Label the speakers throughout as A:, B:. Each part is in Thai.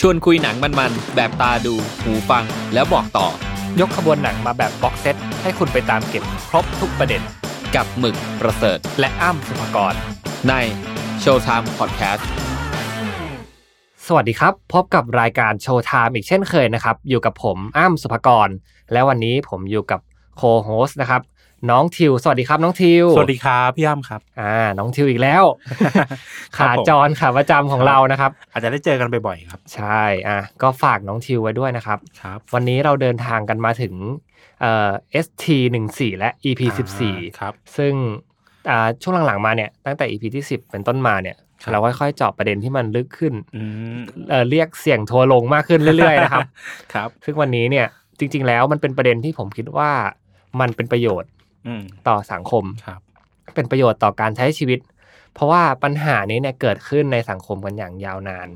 A: ชวนคุยหนังมันๆ แบบตาดู หูฟัง แล้วบอกต่อ
B: ยกขบวนหนังมาแบบบ็อกเซตให้คุณไปตามเก็บครบทุกประเด็น
A: กับหมึกประเสริฐ
B: และอ้ำสุภกร
A: ในโชว์ไทม์พอดแคส ต์
B: สวัสดีครับ พบกับรายการโชว์ไทม์อีกเช่นเคยนะครับ อยู่กับผมอ้ำสุภกร และวันนี้ผมอยู่กับโคโฮสนะครับ น้องทิว สวัสดีครับน้องทิว
C: สวัสดีครับพี่ย่ำครับ
B: อ่าน้องทิวอีกแล้ว
C: ครับ
B: ขา
C: ผม
B: จรขาประจำของเรานะครับ
C: อาจจะได้เจอกันบ่อยๆครับ
B: ใช่อ่ะก็ฝากน้องทิวไว้ด้วยนะครับ
C: ครับ
B: วันนี้เราเดินทางกันมาถึงเอ่อ ST 1 4และ EP
C: อ่า
B: 14
C: ครับ
B: ซึ่งอ่าช่วงหลังๆมาเนี่ยตั้งแต่ EP ที่ 10 เป็นต้นมาเนี่ย
C: ครับ
B: เราค่อยๆเจาะประเด็นที่มันลึกขึ้น
C: อืม
B: เอ่อเรียกเสียงทัวร์ลงมากขึ้นเรื่อย ๆนะครับ
C: ครับ
B: ซึ่งวันนี้เนี่ยจริง ๆ แล้วมันเป็นประเด็นที่ผมคิดว่ามันเป็นประโยชน์
C: อืม
B: ต่อสังคม
C: ครับ
B: เป็นประโยชน์ต่อการใช้ชีวิต เพราะว่าปัญหานี้เนี่ยเกิดขึ้นในสังคมกันอย่างยาวนาน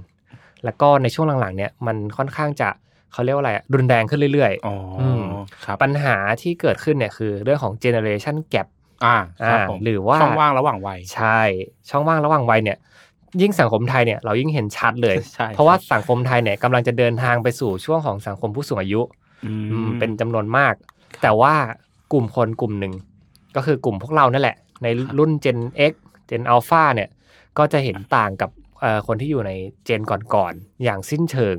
B: แล้วก็ในช่วงหลังๆเนี่ยมันค่อนข้างจะเขาเรียกว่าอะไรอะรุนแรงขึ้นเรื่อย
C: อ๋อ
B: ม
C: ครับ
B: ๆ ปัญหาที่เกิดขึ้นเนี่ยคือเรื่องของ generation gap
C: อ่า
B: อ่า
C: ครับผม
B: หรือว่า
C: ช่องว่างระหว่างวัย
B: ใช่ ช่องว่างระหว่างวัยเนี่ย ยิ่งสังคมไทยเนี่ยเรายิ่งเห็นชัดเลย
C: ใช่
B: เพราะว่า
C: คบ
B: สังคมไทยเนี่ยกำลังจะเดินทางไปสู่ช่วงของสังคมผู้สูงอายุ
C: อื
B: อื
C: ม
B: มเป็นจำนวนมาก แต่ว่ากลุ่มคนกลุ่มหนึ่ง ก็คือกลุ่มพวกเรานั่นแหละ ในรุ่น Gen X Gen Alpha เนี่ย ก็จะเห็นต่างกับเอ่อคนที่อยู่ในเจนก่อนๆ อย่างสิ้นเชิง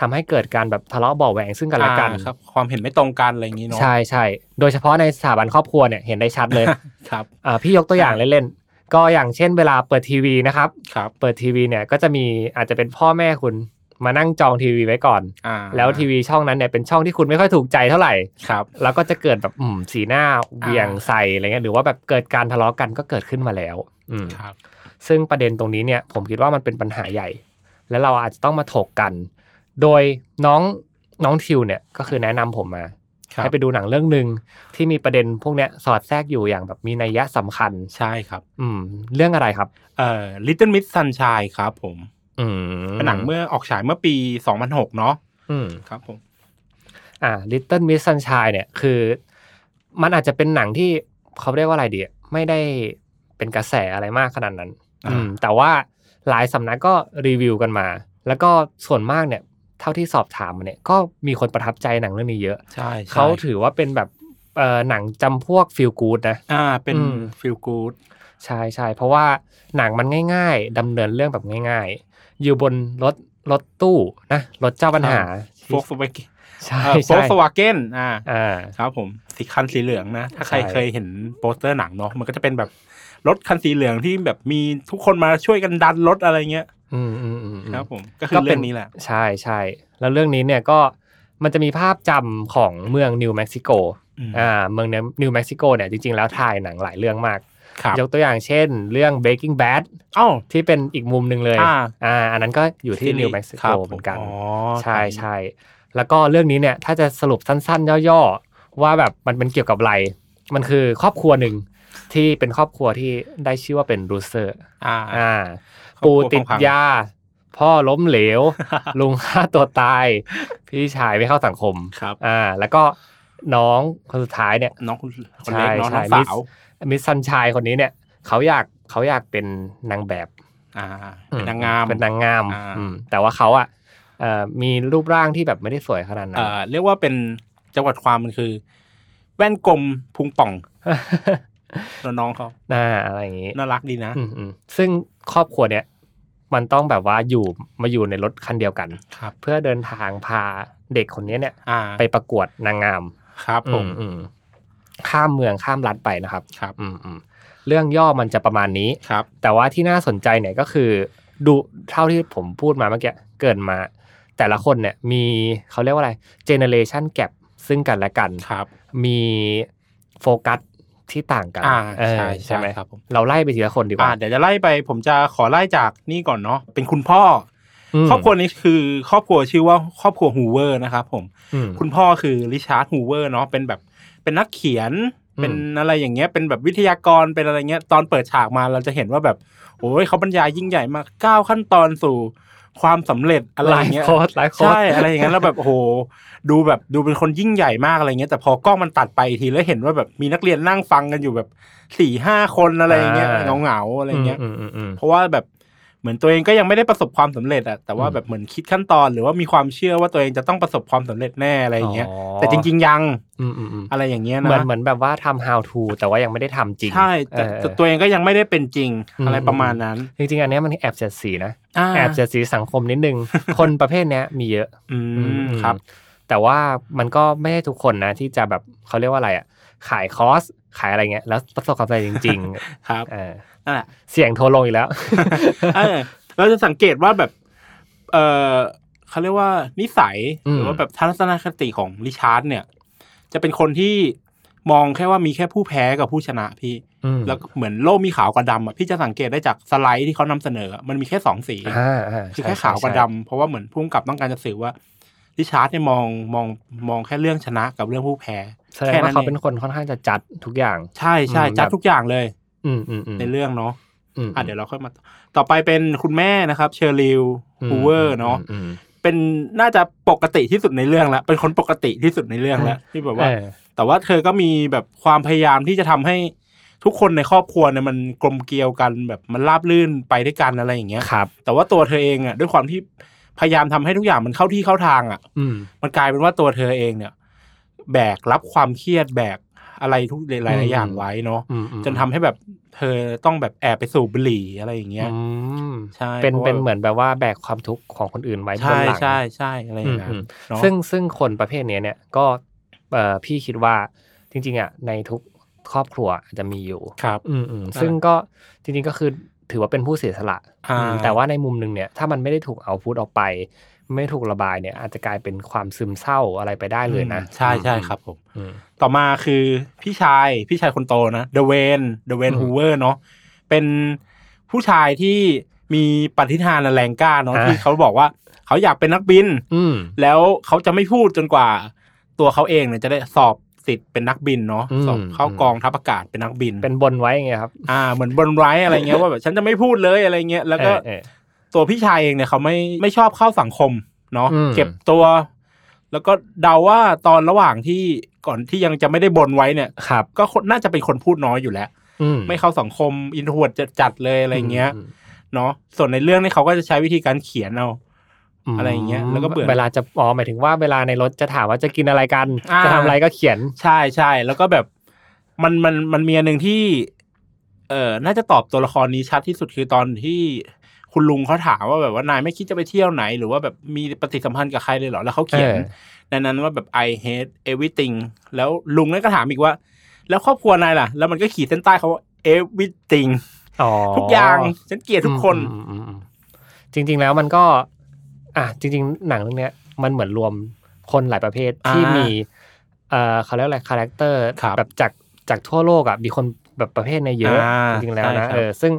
B: ทำให้เกิดการแบบทะเลาะเบ่อแหวงซึ่งกันและกัน
C: อ่าครับ ความเห็นไม่ตรงกันอะไรอย่างนี้เนาะ
B: ใช่ใช่โดยเฉพาะในสถาบันครอบครัวเนี่ยเห็นได้ชัดเลย
C: ครับ
B: อ่าพี่ยกตัวอย่างเล่นๆ ก็อย่างเช่นเวลาเปิดทีวีนะครับ
C: ครับ
B: เปิดทีวีเนี่ยก็จะมีอาจจะเป็นพ่อแม่คุณมานั่งจองทีวีไว้ก่อน
C: อ่า
B: แล้วทีวีช่องนั้นเนี่ยเป็นช่องที่คุณไม่ค่อยถูกใจเท่าไหร่
C: ครับ
B: แล้วก็จะเกิดแบบอืมสีหน้าเหวี่ยง
C: อ่า
B: ใส่อะไรเงี้ยหรือว่าแบบเกิดการทะเลาะกันก็เกิดขึ้นมาแล้ว อืม
C: ครับ
B: ซึ่งประเด็นตรงนี้เนี่ย ผมคิดว่ามันเป็นปัญหาใหญ่ และเราอาจจะต้องมาถกกัน โดยน้องน้องทิวเนี่ยก็คือแนะนำผมมา
C: ครับ
B: ให้ไปดูหนังเรื่องหนึ่งที่มีประเด็นพวกเนี้ยสอดแทรกอยู่อย่างแบบมีนัยยะสำคัญ
C: ใช่ครับ
B: อืม เรื่องอะไรครับ
C: เอ่อ Little Miss Sunshine ครับผม
B: อืม
C: เป็นหนังเมื่อออกฉายเมื่อปี 2006 เนาะ
B: อืม
C: ครับผม
B: อ่า Little Miss Sunshine เนี่ยคือ มันอาจจะเป็นหนังที่เขาเรียกว่าอะไรดีไม่ได้เป็นกระแสอะไรมากขนาดนั้น อืม แต่ว่าหลายสำนักก็รีวิวกันมา แล้วก็ส่วนมากเนี่ย เท่าที่สอบถามมาเนี่ยก็มีคนประทับใจหนังเรื่องนี้เยอะ
C: ใช่ใช่
B: เขาถือว่าเป็นแบบเอ่อหนังจำพวกฟิลกู o ดนะ
C: อ่าเป็น
B: อืม
C: ฟิลกูด
B: ใช่ใช่เพราะว่าหนังมันง่าย ๆดำเนินเรื่องแบบง่าย ๆ อยู่บนรถรถตู้นะรถเจ้าปัญหา
C: โฟกสวาเกน
B: ใช่
C: โฟ
B: ใช่
C: กสวาเกนอ่า
B: อ่า
C: ครับผมสีคันสีเหลืองนะ ถ้าใคร
B: ใช่
C: เคยเห็นโปสเตอร์หนังเนาะมันก็จะเป็นแบบรถคันสีเหลืองที่แบบมีทุกคนมาช่วยกันดันรถอะไรเงี้ย
B: อืมอืมอืมอืม
C: ครับผมก็คือ
B: ป็
C: เรื่องนี้แหละ
B: ใช่ใช่แล้วเรื่องนี้เนี่ยก็มันจะมีภาพจำของเมืองนิวเม็กซิโก
C: อืม
B: อ่าเมืองนิวเม็กซิโกเนี่ยจริง ๆ แล้วถ่ายหนังหลายเรื่องมาก
C: ครับ
B: ยกตัวอย่างเช่น เรื่อง Breaking Bad
C: อ้าว
B: ที่เป็นอีกมุมหนึ่งเลย
C: อ่า
B: อ่าอันนั้นก็อยู่ที่นิวเม็กซิ
C: ค
B: โก
C: รับ
B: เหมือนกัน
C: อ๋อ
B: ใช่ใช่แล้วก็เรื่องนี้เนี่ยถ้าจะสรุปสั้นๆ ย่อๆ ว่าแบบมันเป็นเกี่ยวกับอะไร มันคือครอบครัวหนึ่งที่เป็นครอบครัวที่ได้ชื่อว่าเป็นรูเซอร์
C: อ่า
B: อ่า
C: ครอบครั
B: ปู
C: ว
B: ติด
C: พังๆ
B: ยา พ่อล้มเหล ว ลุงฆ่าตัวตาย พี่ชายไม่เข้าสังคม
C: ครับ
B: อ่า แล้วก็น้องคนสุดท้ายเนี่ย
C: น้องคนคนเล็กเน้อง
B: ใช่
C: น้อง
B: ใช่
C: สาว
B: มิสซันชายคนนี้เนี่ย เขาอยากเขาอยากเป็นนางแบบ
C: อ่าเป็นนางงาม
B: เป็นนางงาม
C: อ่า
B: อืมแต่ว่าเขาอ่ะเอ่อมีรูปร่างที่แบบไม่ได้สวยขนาดนั้น
C: เอ่อเรียกว่าเป็นจังหวัดความมันคือ แว่นกลมพุงป่องน้องเขา
B: หน้าอะไรอย่างงี้
C: น่ารักดีนะ
B: อืมอืมซึ่งครอบครัวเนี่ย มันต้องแบบว่าอยู่มาอยู่ในรถคันเดียวกัน
C: ครับ
B: เพื่อเดินทางพาเด็กคนนี้เนี่ย
C: อ่า
B: ไปประกวดนางงาม
C: ครับ
B: ผ
C: ผม ม
B: อืมข้ามเมืองข้ามรัฐไปนะครับ
C: ครับ
B: อืมอืมเรื่องย่อมันจะประมาณนี้
C: ครับ
B: แต่ว่าที่น่าสนใจเนี่ยก็คือ ดูเท่าที่ผมพูดมาเมื่อกี้เกินมา แต่ละคนเนี่ยมีเขาเรียกว่าอะไรเจเนเรชันแก p ซึ่งกันและกัน
C: ครับ
B: มีโฟกัสที่ต่างกัน
C: อ่า
B: เออ
C: ใช่
B: ใช่ไหม
C: ใช่ครับผม
B: เราไล่ไปทีละคนดีก
C: อ่า
B: ว่า
C: เดี๋ยวจะไล่ไปผมจะขอไล่จากนี่ก่อนเนาะเป็นคุณพ่ออ
B: ม
C: ครอบครัวนี้คือครอบครัวชื่อว่าครอบครัวฮูเวอร์นะครับผม
B: อืม
C: คุณพ่อคือริชาร์ดฮูเวอร์เนาะเป็นแบบเป็นนักเขียน
B: อืม
C: เป็นอะไรอย่างเงี้ยเป็นแบบวิทยากรเป็นอะไรเงี้ย ตอนเปิดฉากมาเราจะเห็นว่าแบบโอ้ยเขาบรรยายยิ่งใหญ่มากก้าวขั้นตอนสู่ความสำเร็จอะไร
B: ไลฟ์
C: เงี้ย
B: โค้ดไลฟ์โค้ด
C: ใช่อะไรอย่างเงี้ยแล้วแบบโอ้โหดูแบบดูเป็นคนยิ่งใหญ่มากอะไรเงี้ยแต่พอกล้องมันตัดไปทีแล้วเห็นว่าแบบมีนักเรียนนั่งฟังกันอยู่แบบสี่ห้าคนอะไรอย่างเงี้ยเหงาๆอะไรเงี้ย
B: อืมอืมอืม
C: เพราะว่าแบบ เหมือนตัวเองก็ยังไม่ได้ประสบความสำเร็จอะแต่ว่าแบบเหมือนคิดขั้นตอนหรือว่ามีความเชื่อว่าตัวเองจะต้องประสบความสำเร็จแน่อะไรอย่างเงี้ย แต่จริง ๆ ยัง
B: ๆอืมอืมอืม
C: อะไรอย่างเงี้ย
B: เหมือน
C: นะ
B: เหมือนแบบว่าทำ how to แต่ว่ายังไม่ได้ทำจริง
C: ใช่แต่
B: เออ
C: แต่ตัวเองก็ยังไม่ได้เป็นจริง
B: อืม
C: อะไรประมาณนั้น
B: จริงๆ อันเนี้ยมันแอบเสียดสีนะ
C: า
B: แอบเสียดสีสังคมนิดนึง คนประเภทเนี้ยมีเยอะ
C: อื
B: อืม
C: มครับ
B: แต่ว่ามันก็ไม่ใช่ทุกคนนะ ที่จะแบบเขาเรียกว่าอะไรอ่ะ ขายคอร์สขายอะไรเงี้ยแล้วประสบความสำเร็จจริง
C: ครับ
B: ๆ เออ
C: นั่นแหละ
B: เสียงโทรลงอี กแล้ว
C: เออเราจะสังเกตว่าแบบ เออเขาเรียกว่านิสัย
B: อื
C: ห
B: ม
C: รือว่าแบบทัศนคติของริชาร์ดเนี่ย จะเป็นคนที่มองแค่ว่ามีแค่ผู้แพ้กับผู้ชนะพี่
B: อืม
C: แล้วก็เหมือนโลกมีขาวกับดำอ่ะพี่จะสังเกตได้จากสไลด์ที่เขานำเสนอ มันมีแค่สองสี
B: อ่าอ่า
C: คือ
B: ใช่
C: แค่ขาวกับ
B: ใช่
C: ดำเพราะว่าเหมือนพุ่งกับต้องการจะสื่อว่าริชาร์ดเนี่ยมองมองมองแค่เรื่องชนะกับเรื่องผู้แพ้
B: แสดง
C: แค่นั้
B: ว่าน เขา
C: เอง
B: เป็นคนค่อนข้างจะจัดทุกอย่าง
C: ใช่ใช่
B: อืม
C: จัด
B: แบบ
C: ทุกอย่างเลย
B: อืมอืมอืม
C: ในเรื่องเนาะ
B: ม
C: อ่ะเดี๋ยวเราค่อยมาต่อต่อไปเป็นคุณแม่นะครับ เชอริล
B: ม
C: ฮูเวอร์เนาะ
B: อืมอืม
C: เป็นน่าจะปกติที่สุดในเรื่องแล้วเป็นคนปกติที่สุดในเรื่องแล้วที่แบบว่า
B: เออ
C: แต่ว่าเธอก็มีแบบความพยายามที่จะทำให้ทุกคนในครอบครัวเนี่ยมันกลมเกลียวกันแบบมันราบรื่นไปด้วยกันอะไรอย่างเงี้ย
B: ครับ
C: แต่ว่าตัวเธอเองอ่ะด้วยความที่พยายามทำให้ทุกอย่างมันเข้าที่เข้าทางอ่ะ
B: อืม
C: มันกลายเป็นว่าตัวเธอเองเนี่ย แบกรับความเครียดแบกอะไรทุกหลายๆอย่างไว้เนาะ
B: อืมอืม
C: จนทำให้แบบเธอต้องแบบแอบไปสูบบุหรี่อะไรอย่างเงี้ย
B: อืม
C: ใช่
B: เป็น
C: พราะว่า
B: เป็นเหมือนแบบว่าแบกความทุกข์ของคนอื่นไว้บ
C: ใช่
B: นหลัง
C: ใช่ใช่อะไรอย่างเงี้ย
B: อืม
C: เนาะ
B: ซึ่งซึ่งคนประเภทเนี้ยเนี่ยก็เอ่อพี่คิดว่าจริงๆอ่ะในทุกครอบครัวอาจจะมีอยู่
C: ครับ
B: อืมอืมซึ่งก็จริงๆก็คือถือว่าเป็นผู้เสียสละ
C: อ่า
B: อืมแต่ว่าในมุมหนึ่งเนี่ยถ้ามันไม่ได้ถูกเอาพุทออกไป ไม่ถูกระบายเนี่ย อาจจะกลายเป็นความซึมเศร้าอะไรไปได้เลยนะ
C: อืมใช่ใช่ครับผม
B: อืม
C: ต่อมาคือพี่ชายพี่ชายคนโตนะเดเวนเดเวน
B: อืม
C: ฮูเวอร์เนาะเป็นผู้ชายที่มีปฏิทานอันแรงกล้าเนาะ
B: อ่า
C: ที่เขาบอกว่าเขาอยากเป็นนักบิน
B: อืม
C: แล้วเขาจะไม่พูดจนกว่า ตัวเขาเองเนี่ยจะได้สอบสิทธิ์เป็นนักบินเนาะ
B: อืม
C: สอบเข้ากองทัพอากาศเป็นนักบิน
B: เป็นบนไว้ไงครับ
C: อ่าเหมือนบนไร้อะไรเงี้ย ว่าแบบฉันจะไม่พูดเลยอะไรเงี้ยแล้วก็
B: เออเออ
C: ตัวพี่ชายเองเนี่ยเขาไม่ไม่ชอบเข้าสังคมเนาะ
B: อืม
C: เก็บตัว แล้วก็เดาว่าตอนระหว่างที่ก่อนที่ยังจะไม่ได้บนไว้เนี่ย
B: ครับ
C: ก็คนน่าจะเป็นคนพูดน้อยอยู่แล้ว
B: อืม
C: ไม่เข้าสังคมอินทวดจัดๆเลยอะไรเงี้ย
B: ม
C: เนาะส่วนในเรื่องนี่เขาก็จะใช้วิธีการเขียนเอา
B: ม
C: อะไรอย่างเงี้ยแล้วก็เบื่อ
B: เวลาจะอ๋อหมายถึงว่าเวลาในรถจะถามว่าจะกินอะไรกัน
C: อ่า
B: จะทำอะไรก็เขียน
C: ใช่ใช่แล้วก็แบบมันมันมันมีอันหนึ่งที่ เออน่าจะตอบตัวละครนี้ชัดที่สุดคือตอนที่คุณลุงเขาถามว่าแบบว่านายไม่คิดจะไปเที่ยวไหน หรือว่าแบบมีปฏิสัมพันธ์กับใครเลยเหรอแล้วเขาเขียน
B: เออ
C: ในนั้นว่าแบบ I hate everything แล้วลุงนั่นก็ถามอีกว่า แล้วครอบครัวนายล่ะ แล้วมันก็ขีดเส้นใต้เขาว่า everything
B: อ๋อ
C: ทุกอย่างฉันเกลียดทุกคน
B: อืมอืมอืมอืมจริง ๆ แล้วมันก็ อ่ะจริง ๆ หนังเรื่องเนี้ยมันเหมือนรวมคนหลายประเภทที่
C: อ่ามี
B: มี เอ่อเขาเรียกอะไรคาแรคเตอร์
C: ครับ
B: แบบจากจากทั่วโลกอ่ะมีคนแบบประเภทในยเยอะ
C: อ่า
B: จริง ๆ แล้ว
C: ใช่ครั
B: นะ
C: บ
B: เออซึ่ง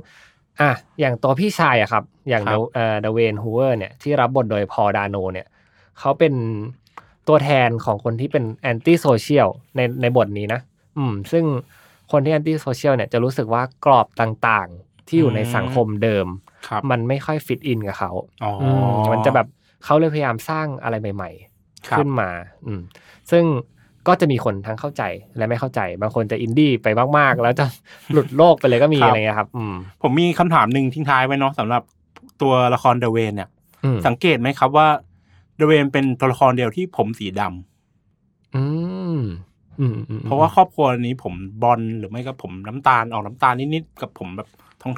B: อ่ะอย่างตัวพี่ชายอะครับ อย่าง
C: ครับ
B: เอ่อเดเวนฮูเวอร์เนี่ยที่รับบทโดยพอลดาโนเนี่ยเขาเป็นตัวแทนของคนที่เป็นแอนตี้โซเชียลในในบทนี้นะ อืม ซึ่งคนที่แอนตี้โซเชียลเนี่ยจะรู้สึกว่ากรอบต่างๆ ที่อยู่ในสังคมเดิม
C: ครับ
B: มันไม่ค่อยฟิตอินกับเขา
C: อ๋ออ
B: มมันจะแบบเขาเลยพยายามสร้างอะไรใหม่
C: ครั
B: ๆ
C: บ
B: ขึ้นมา อืม ซึ่งก็จะมีคนทั้งเข้าใจและไม่เข้าใจ บางคนจะอินดี้ไปมาก ๆ แล้วจะ หลุดโลกไปเลยก็มีอะไรเงี้ยครับ อืม
C: ผมมีคำถามหนึ่งทิ้งท้ายไว้เนาะสำหรับตัวละครเดเวนเนี่ย
B: อืม
C: สังเกตไหมครับว่าเดเวนเป็นตัวละครเดียวที่ผมสีดำ
B: อืมอืมอืม
C: เพราะว่าครอบครัวนี้ผมบอลหรือไม่ก็ผมน้ำตาลออกน้ำตาลนิดๆกับผมแบบ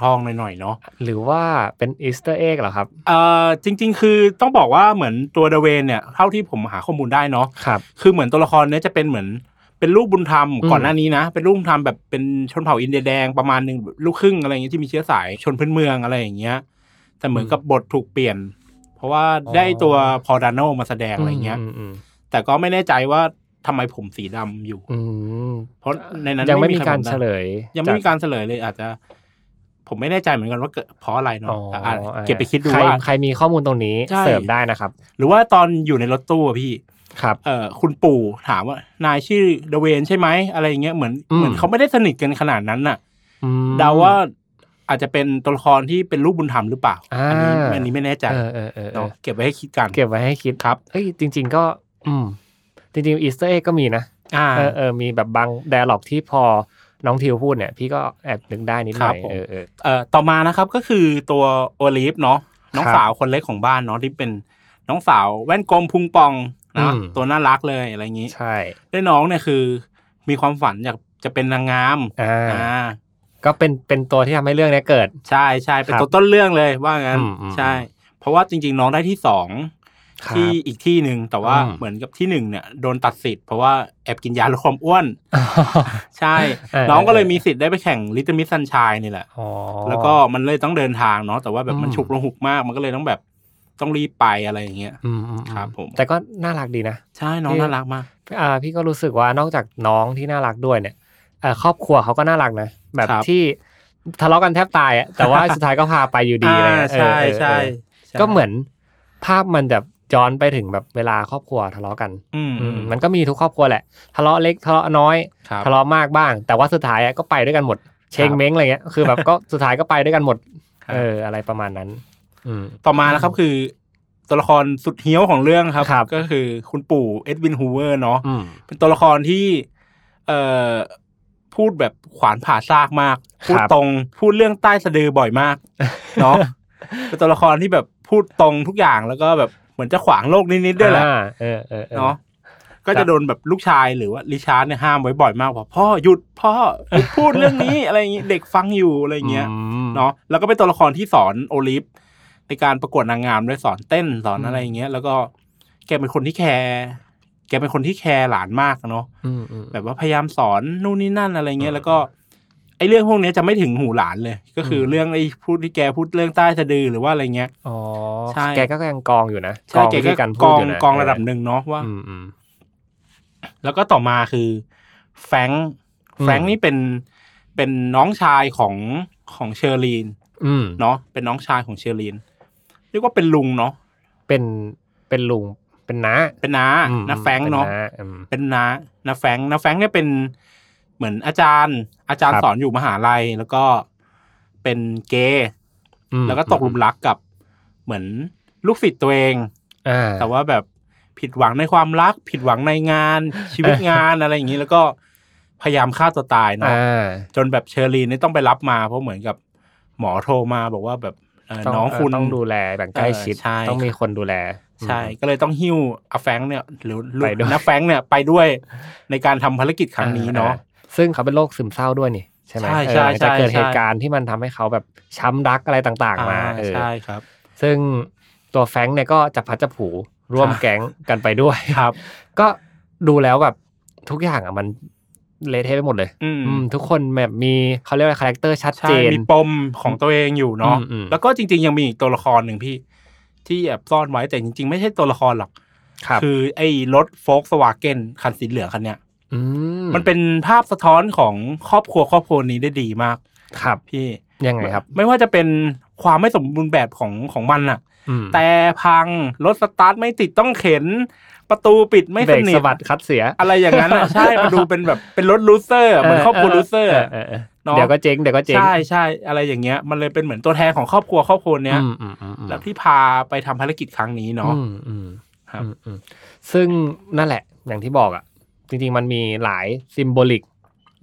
C: ทองๆหน่อยๆเนาะ
B: หรือว่าเป็นอีสเตอร์เอ็กเหรอครับ
C: เอ่อจริง ๆ คือต้องบอกว่าเหมือนตัวเดเวนเนี่ยเท่าที่ผมหาข้อมูลได้เนาะ
B: ครับ
C: คือเหมือนตัวละครเนี้ยจะเป็นเหมือนเป็นลูกบุญธรรม
B: อืม
C: ก่อนหน้านี้นะ เป็นลูกบุญธรรมแบบเป็นชนเผ่าอินเดียแดงประมาณหนึ่งลูกครึ่งอะไรอย่างเงี้ยที่มีเชื้อสายชนพื้นเมืองอะไรอย่างเงี้ยแต่เหมือนกับบทถูกเปลี่ยน เพราะว่าได้ตัวพอดานโนมาแสดงอะไรเงี้ย
B: มอืม
C: แต่ก็ไม่แน่ใจว่าทำไมผมสีดำอยู่
B: อืม
C: เพราะในนั้น
B: ยังไม่มี
C: ใค
B: การ
C: บอ
B: เฉล
C: ได้
B: ย
C: ยังไม่มี
B: จ
C: การเฉลยเลยอาจจะ ผมไม่แน่ใจเหมือนกันว่าเกิดเพราะอะไรเนาะ
B: อ๋อ
C: แต่อาจเก็บไปคิดดู
B: ใร
C: ว่า
B: ใครมีข้อมูลตรงนี้
C: ใช่
B: เสริมได้นะครับ
C: หรือว่าตอนอยู่ในรถตู้อะพี่
B: ครับ
C: เอ่อคุณปู่ถามว่านายชื่อเดเวนใช่ไหมอะไรอย่างเงี้ยเหมือน
B: อืม
C: เหมือนเขาไม่ได้สนิทกันขนาดนั้นน่ะ
B: อืม
C: เดาว่าอาจจะเป็นตัวละครที่เป็นลูกบุญธรรมหรือเปล่า
B: อ่า
C: นนี้อันนี้ไม่แน่ใจ
B: เออเออเออเอ
C: เนาะ
B: อ
C: เก็บไว้ให้คิดกัน
B: เก็บไว้ให้คิด
C: ครับ
B: เอ้ยจริง ๆ ก็ อืม จริงๆอีสเตอร์เอ็กก็มีนะ
C: อ่า
B: เออเออมีแบบบาง d ด a l ล็อกที่พอ น้องทิวพูดเนี่ย พี่ก็แอบนึกได้นิดหน่อย
C: ครับผม
B: เออเออ
C: เอ่อต่อมานะครับก็คือตัวโอลิฟเนาะน้อง
B: ครับ
C: สาวคนเล็กของบ้านเนาะที่เป็นน้องสาวแว่นกลมพุงปอง
B: อื
C: นะ
B: ม
C: ตัวน่ารักเลยอะไรอย่างนี้
B: ใช่
C: ได้น้องเนี่ยคือ มีความฝันอยากจะเป็นนางงาม
B: อ่า
C: อ่า
B: ก็เป็นเป็นตัวที่ทำให้เรื่องเนี้ยเกิด
C: ใช่ใช่เป็น
B: ครับ
C: ตัวต้นเรื่องเลยว่างั้น
B: อืมอืม
C: ใช่ เพราะว่าจริง ๆ น้องได้ที่สอง
B: ครับ
C: ที่อีกที่หนึ่งแต่ว่า
B: อืม
C: เหมือนกับที่หนึ่งเนี่ยโดนตัดสิทธิ์เพราะว่าแอบกินยาลดความอ้วน ใช่
B: เออ
C: น้องก็เลย
B: เออ
C: มีสิทธิ์ได้ไปแข่งลิตเติ้ลมิสซันชายนี่แหละ
B: อ๋อ
C: แล้วก็มันเลยต้องเดินทางเนาะแต่ว่าแบบมัน
B: อืม
C: ฉุกละหุกมากมันก็เลยต้องแบบต้องรีบไปอะไรอย่างเงี้ย
B: อืมอืมอื
C: ครับผม
B: แต่ก็น่ารักดีนะ
C: ใช่น้อง
B: นี่
C: น่ารักมาก
B: อ่าพี่ก็รู้สึกว่านอกจากน้องที่น่ารักด้วยเนี่ยเอ่อครอบครัวเขาก็น่ารักนะ แบบ
C: ครับ
B: ที่ทะเลาะกันแทบตายอะแต่ว่า สุดท้ายก็พาไปอยู่ดี
C: า
B: อะไรเลย
C: ใช่
B: เออเออ
C: ใช่ใช่
B: ก็เหมือนภาพมันแบบย้อนไปถึงแบบเวลาครอบครัวทะเลาะกัน
C: อืม
B: อืมมันก็มีทุกครอบครัวแหละ ทะเลาะเล็กทะเลาะน้อย
C: ครับ
B: ทะเลาะมากบ้าง แต่ว่าสุดท้ายอะก็ไปด้วยกันหมด เชงเม้งอะไรเงี้ยคือแบบ ก็ สุดท้ายก็ไปด้วยกันหมด
C: ครับ
B: เอออะไรประมาณนั้น อืม
C: ต่อมานะครับคือ ตัวละครสุดเฮี้ยวของเรื่องครับ
B: ครับ
C: ก็คือคุณปู่เอ็ดวินฮูเวอร์เนาะ
B: อืม
C: เป็นตัวละครที่ เอ่อพูดแบบขวานผ่าซากมาก พูด
B: ครับ
C: ตรง พูดเรื่องใต้สะดือบ่อยมาก เนาะ เป็นตัวละครที่แบบพูดตรงทุกอย่างแล้วก็แบบเหมือนจะขวางโลกนิดๆด้วยแหละ
B: าเออเออออ
C: เนาะก็
B: ครั
C: จะ
B: บ
C: โดนแบบลูกชายหรือว่าลิชาร์ดเนี่ยห้ามไว้บ่อยมากว่าพ่อหยุดพ่อหยุดพูดเรื่องนี้ อะไรอย่างงี้เด็กฟังอยู่อะไรอย่างเงี้ย
B: อืม
C: เนาะแล้วก็เป็นตัวละครที่สอนโอลิฟในการประกวดนางงามด้วยสอนเต้นสอนอะไรอย่างเงี้ย แล้วก็แกเป็นคนที่แคร์แกเป็นคนที่แคร์หลานมากเนาะ
B: อืมอืม
C: แบบว่าพยายามสอนนู่นนี่นั่นอะไรเงี้
B: อื
C: ย
B: ม
C: แล้วก็ไอ้เรื่องพวกเนี้ยจะไม่ถึงหูหลานเลย ก็คืออ
B: ม
C: เรื่องไอ้พูดที่แกพูดเรื่องใต้สะดือหรือว่าอะไรเงี้ย
B: อ๋อ
C: ใช่
B: แกก็ยังกองอยู่นะ
C: ใช่แกก็
B: วิธีาร
C: ก
B: พูด
C: อง
B: ยู่น
C: กองระดับหนึ่งเนาะว่า
B: อืมอืม
C: แล้วก็ต่อมาคือแฟรงค์
B: อืม
C: แฟรงค์นี่เป็นเป็นน้องชายของของเชอรีน
B: อืม
C: เนาะเป็นน้องชายของเชอรีนเรียกว่าเป็นลุงเนาะ
B: เป็นเป็นลุงเป็นน้า
C: เป็นน้า
B: อืม
C: น้าแฟรงค์เนาะ
B: ป็อืม
C: เป็นน้าน้าแฟรงค์น้าแฟรงค์เนี่ยเป็นเหมือนอาจารย์ อาจารย์
B: ครับ
C: สอนอยู่มหาลัย แล้วก็เป็นเกย์
B: อืม
C: แล้วก็ตกหลุมรักกับเหมือนลูกศิษย์ตัวเอง
B: อ่า
C: แต่ว่าแบบผิดหวังในความรัก ผิดหวังในงานชีวิตงานอะไรอย่างนี้ แล้วก็พยายามฆ่าตัวตายเนาะ
B: อ่า
C: จนแบบเชอรีนนี่ต้องไปรับมา เพราะเหมือนกับหมอโทรมาบอกว่าแบบเอ่อ
B: ต้
C: น้องคุณ
B: เต้องดูแลแบ่งใกล้ชิด
C: เออใช่
B: ต้องมีคนดูแล
C: ใช่ก็เลยต้องหิ้วอาแฟรงค์เนี่ย หรือลูก
B: ไปด้วย
C: น้าแฟรงค์เนี่ยไป ด้วยในการทำภารกิจค
B: อืม
C: รั้งนี้เนาะ
B: อ่ซึ่งเขาเป็นโรคซึมเศร้าด้วยนี่ ใช่ไหม
C: ใช่ใช่
B: เออหลังจาก
C: ใช่
B: เกิด
C: ใช่
B: เหตุการณ์ที่มันทำให้เขาแบบช้ำรักอะไรต่างๆ มา
C: อ่
B: เออ
C: ใช่ครับ
B: ซึ่งตัวแฟรงค์เนี่ยก็จะพัดจะผูร่วม
C: ครับ
B: แก๊งกันไปด้วย
C: ครับ
B: ก็ดูแล้วแบบทุกอย่างอ่ะมันเละเทะไปหมดเลย
C: อืม
B: อืมทุกคนแบบมีเขาเรียกว่าคาแรคเตอร์ชัด
C: ใช่
B: เจน
C: มีปมของตัวเองอยู่เนาะ
B: อืมอืม
C: แล้วก็จริง ๆ ยังมีอีกตัวละครหนึ่งพี่ ที่แอบซ่อนไว้แต่จริง ๆ ไม่ใช่ตัวละครหรอก
B: ครับ
C: อไอ้รถโฟกสวาเกนคันสีเหลืองคันเนี้ย
B: ม
C: มันเป็นภาพสะท้อนของครอบครัวครอบครัวนี้ได้ดีมาก
B: ครับ
C: พี่
B: ยังไงครับ
C: ไม่ว่าจะเป็นความไม่สมบูรณ์แบบของของมันอะ
B: อืม
C: แต่พังรถสตาร์ทไม่ติดต้องเข็น ประตูปิดไม่ส
B: เบรก
C: นิท
B: สะบัดคัดเสีย
C: อะไรอย่างนั้น อะใช่มาดูเป็นแบบเป็นรถลูเซอร์เหมือนครอบครัวลูเซอร์
B: เอเออ
C: เนาะ
B: เดี๋ยวก็เจ๊งเดี๋ยวก็เจ๊ง
C: ใช่ใช่อะไรอย่างเงี้ย มันเลยเป็นเหมือนตัวแทนของครอบครัวครอบครัวเนี้ย
B: อืมอืมอืมอืม
C: แล้วที่พาไปทำภารกิจครั้งนี้เนาะ
B: อืมอืม
C: ครับ
B: อืมอืมซึ่งนั่นแหละ อย่างที่บอกอ่ะ จริง ๆ มันมีหลายซิมโบลิก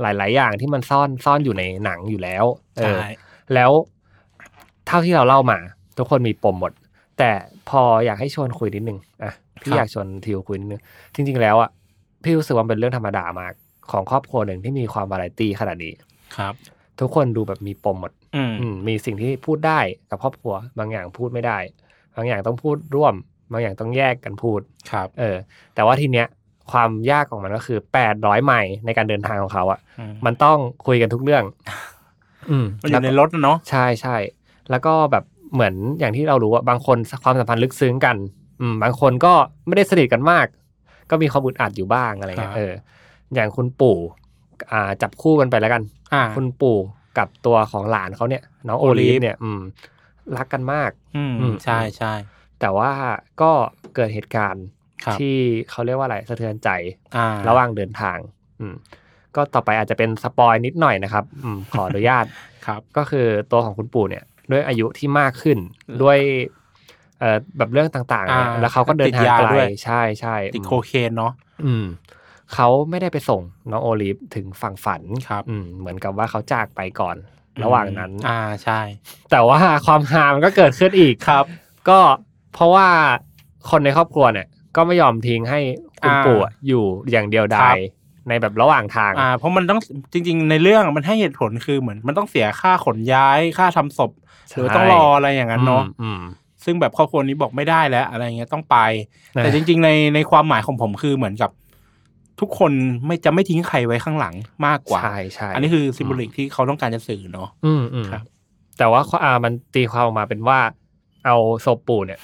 B: หลาย ๆ อย่างที่มันซ่อนซ่อนอยู่ในหนังอยู่แล้วเออ
C: ใช่
B: แล้วเท่าที่เราเล่ามา ทุกคนมีปมหมด แต่พออยากให้ชวนคุยนิดนึงอ่ะพี่
C: ครับ
B: อยากชวนทิวคุยนิดนึงจริง ๆ แล้วอ่ะพี่รู้สึกว่ามันเป็นเรื่องธรรมดามาก ของครอบครัวหนึ่งที่มีความวาไรตี้ขนาดนี้
C: ครับ
B: ทุกคนดูแบบมีปมหมด
C: อืม
B: อืมมีสิ่งที่พูดได้กับครอบครัว บางอย่างพูดไม่ได้ บางอย่างต้องพูดร่วม บางอย่างต้องแยกกันพูด
C: ครับ
B: เออ แต่ว่าทีเนี้ยความยากของมันก็คือแปดร้อยไมล์ในการเดินทางของเขาอ่ะ
C: อืม
B: มันต้องคุยกันทุกเรื่อง อืม
C: มันอยู่ในรถนะเนาะ
B: ใช่ใช่ แล้วก็แบบเหมือนอย่างที่เรารู้ว่าบางคนความสัมพันธ์ลึกซึ้งกันอืมบางคนก็ไม่ได้สนิทกันมาก ก็มีความอึดอัดอยู่บ้างอะไรเงี้
C: ครั
B: ย
C: บ
B: เออ อย่างคุณปู่อ่าจับคู่กันไปแล้วกัน
C: อ่า
B: คุณปู่กับตัวของหลานเขาเนี่ย น้องโอลิ
C: โอลิ
B: ฟ
C: ฟ
B: เนี่ยอืมรักกันมาก
C: อืม
B: อืม
C: ใช่ใช่
B: แต่ว่าก็เกิดเหตุการณ์
C: ครับ
B: ที่เขาเรียกว่าอะไรสะเทือนใจ
C: อ่า
B: ระหว่างเดินทาง อืม ก็ต่อไปอาจจะเป็นสปอยนิดหน่อยนะครับ อืมขออนุญาต
C: ครับ
B: ก็คือตัวของคุณปู่เนี่ย ด้วยอายุที่มากขึ้น
C: อืม
B: ด้วยเอ่อแบบเรื่องต่างๆเนี่ย
C: อ่า
B: แล้วเขาก็เดินทาง
C: ติด
B: ไก
C: ยา
B: ล
C: ด้วย
B: ใช่ใช่
C: ติดโค
B: อืม
C: เคนเนาะ
B: อืม เขาไม่ได้ไปส่งน้องโอลิฟถึงฝั่งฝัน
C: ครับ
B: อืมเหมือนกับว่าเขาจากไปก่อน ระหว่างนั้น
C: อ่าใช่
B: แต่ว่าความหามันก็เกิดขึ้นอีก
C: ครับ
B: ก็เพราะว่าคนในครอบครัวเนี่ย ก็ไม่ยอมทิ้งให้คุณ
C: อ่า
B: ปู่อะอยู่อย่างเดียว
C: ค
B: ดา
C: รั
B: ย
C: บ
B: ในแบบระหว่างทาง
C: อ่าเพราะมันต้องจริง ๆ ในเรื่องมันให้เหตุผลคือเหมือนมันต้องเสียค่าขนย้ายค่าทำศพห
B: ใช่
C: รือต้องรออะไรอย่างนั้นเนาะ
B: อืม
C: ซึ่งแบบครอบครัวนี้บอกไม่ได้แล้ว อะไรเงี้ยต้องไป
B: อืม
C: แต่จริง ๆ ในในความหมายของผมคือเหมือนกับ ทุกคนไม่จะไม่ทิ้งใครไว้ข้างหลังมากกว่า
B: ใช่ใช่
C: อันนี้คือซิมโบลิกที่เขาต้องการจะสื่อเนาะ
B: อืมอืม
C: ครับ
B: แต่ว่าอ่ามันตีความออกมาเป็นว่า เอาศพปู่เนี่ย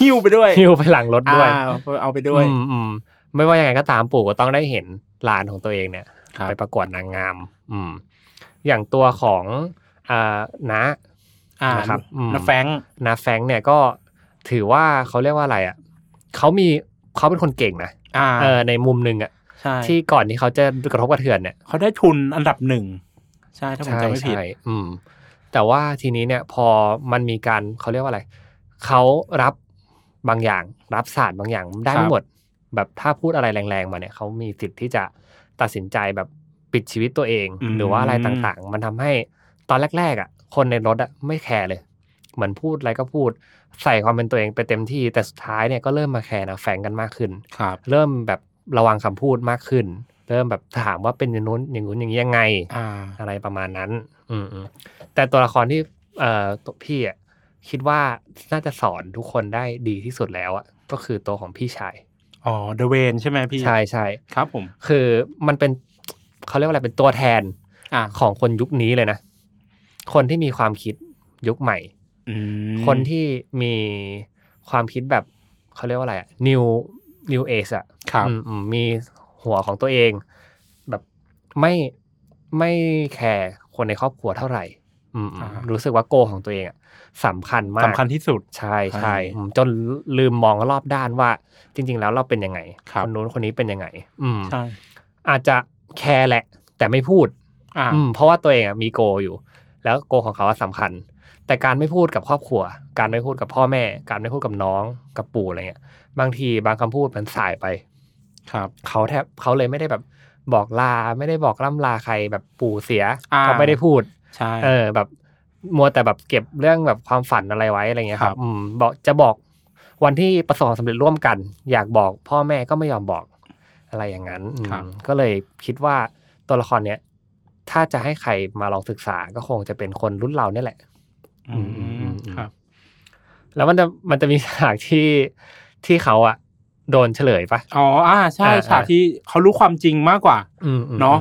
C: หิ้วไปด้วย
B: หิ้วไปหลังรถด้วย
C: อ่าเอาไปด้วย
B: อืมอืมไม่ว่ายังไงก็ตามปู่ก็ต้องได้เห็นหลานของตัวเองเนี่ย
C: ครับ
B: ไปประกวดนางงาม อืม อย่างตัวของอ่าน้า
C: อ่า
B: นะครับอืม
C: นะแฟรงค์
B: นาแฟรงค์เนี่ยก็ถือว่าเขาเรียกว่าอะไรอ่ะเขามีเขาเป็นคนเก่งนะ
C: อ่า
B: เออในมุมหนึ่งอ่ะ
C: ใช่
B: ที่ก่อนที่เขาจะกระทบกระเทือนเนี่ย
C: เขาได้ทุนอันดับหนึ่งใช่ถ้าผมจำไม่ผิด
B: ใช่อืม แต่ว่าทีนี้เนี่ย พอมันมีการเขาเรียกว่าอะไรเขารับบางอย่าง รับศาสตร์บางอย่างได้
C: ครั
B: ไม่
C: บ
B: หมด แบบถ้าพูดอะไรแรงๆมาเนี่ยเขามีสิทธิ์ที่จะตัดสินใจแบบปิดชีวิตตัวเอง หรือว่าอะไรต่างๆ มันทำให้ตอนแรกๆอ่ะ คนในรถอ่ะไม่แคร์เลย เหมือนพูดอะไรก็พูดใส่ความเป็นตัวเองไปเต็มที่แต่สุดท้ายเนี่ยก็เริ่มมาแคร์นะแฝงกันมากขึ้น
C: ครับ
B: เริ่มแบบระวังคำพูดมากขึ้น เริ่มแบบถามว่าเป็นอย่างนู้นอย่างนู้นอย่างนี้ยังไง
C: อ่า
B: อะไรประมาณนั้น อืมอืมแต่ตัวละครที่เอ่อตัวพี่อ่ะคิดว่าน่าจะสอนทุกคนได้ดีที่สุดแล้วอ่ะก็คือตัวของพี่ชาย
C: อ๋อเดเวนใช่ไหมพี่
B: ใช่ใช่
C: ครับผม
B: คือมันเป็นเขาเรียกว่าอะไรเป็นตัวแทน
C: อ่า
B: ของคนยุคนี้เลยนะ คนที่มีความคิดยุคใหม่ คนที่มีความคิดแบบเขาเรียกว่าอะไรอะ new new age อะ
C: ครับ
B: อืมอืมมีหัวของตัวเอง แบบไม่ไม่แคร์คนในครอบครัวเท่าไหร่ อืมอืมรู้สึกว่าโกของตัวเองอะสำคัญมาก
C: สำคัญที่สุด
B: ใช่
C: ใช่
B: ใช่อืมจนลืมมองรอบด้านว่า จริง ๆ แล้วเราเป็นยังไง
C: ครับ
B: นนู้นคนนี้เป็นยังไง อืม
C: ใช่
B: อาจจะแคร์แหละ แต่ไม่พูด
C: อ่า
B: อืมเพราะว่าตัวเองอะมีโกอยู่ แล้วโกของเขาอะสำคัญ แต่การไม่พูดกับครอบครัว การไม่พูดกับพ่อแม่ การไม่พูดกับน้องกับปู่อะไรเงี้ย บางทีบางคำพูดมันสายไป
C: ครับ
B: เขาแทบเขาเลยไม่ได้แบบบอกลาไม่ได้บอกล่ำลาใครแบบปู่เสีย
C: อ่า
B: เขาไม่ได้พูด
C: ใช่
B: เออแบบมัวแต่แบบเก็บเรื่องแบบความฝันอะไรไว้อะไรเงี้ยค
C: ครั
B: รับบ อืมบอกจะบอกวันที่ประสบความสำเร็จร่วมกัน อยากบอกพ่อแม่ก็ไม่ยอมบอกอะไรอย่างนั้นอืม
C: ครับ
B: ก็เลยคิดว่าตัวละครเนี้ยถ้าจะให้ใครมาลองศึกษาก็คงจะเป็นคนรุ่นเราเนี่ยแหละ
C: อืมอืมครับ
B: แล้วมันจะมันจะมีฉากที่ที่เขาอะโดนเฉลยปะ
C: อ๋ออ่าใช่
B: อ่า
C: ฉากที่เขารู้ความจริงมากกว่า
B: อืมอืม
C: เนาะ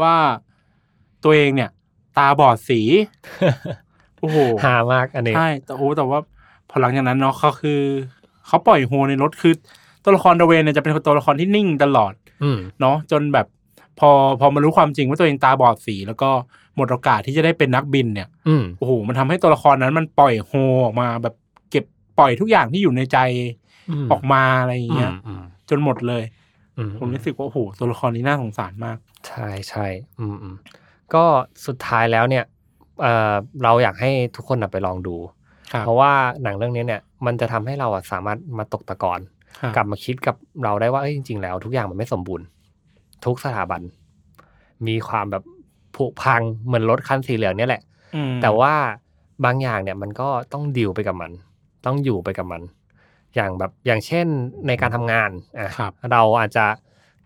C: ว่าตัวเองเนี่ย ตาบอด สี โอ้โห
B: หามากอันนี้
C: ใช่แต่โอ้แต่ว่าพอหลังจากนั้นเนาะเขาคือ เขาปล่อยโฮในรถคือตัวละครเดเวนเนี่ยจะเป็นตัวละครที่นิ่งตลอด
B: อืม
C: เนาะจนแบบ พอพอมารู้ความจริงว่าตัวเองตาบอดสี แล้วก็หมดโอกาสที่จะได้เป็นนักบินเนี่ย
B: อืม
C: โอ้โห มันทำให้ตัวละครนั้นมันปล่อยโฮออกมาแบบเก็บปล่อยทุกอย่างที่อยู่ในใจออกมาอะไรอย่างเงี้ย
B: อืม
C: จนหมดเลย
B: อืม
C: ผมรู้สึกว่าโอ้โหตัวละครนี้น่าสงสารมาก
B: ใช่ใช่อืมอืมก็สุดท้ายแล้วเนี่ยเอ่อเราอยากให้ทุกคนนะไปลองดู
C: ครับ
B: เพราะว่าหนังเรื่องนี้เนี่ย มันจะทำให้เราอะสามารถมาตกตะกอน
C: ครับ
B: กลับมาคิดกับเราได้ว่าเอ้ยจริง ๆ แล้ว ทุกอย่างมันไม่สมบูรณ์ ทุกสถาบัน มีความแบบผุพังเหมือนรถคันสีเหลืองเนี่ยแหละ
C: อืม
B: แต่ว่าบางอย่างเนี่ยมันก็ต้องดิวไปกับมัน ต้องอยู่ไปกับมัน อย่างแบบอย่างเช่นในการทำงานอ่ะ
C: ครับ
B: เราอาจจะ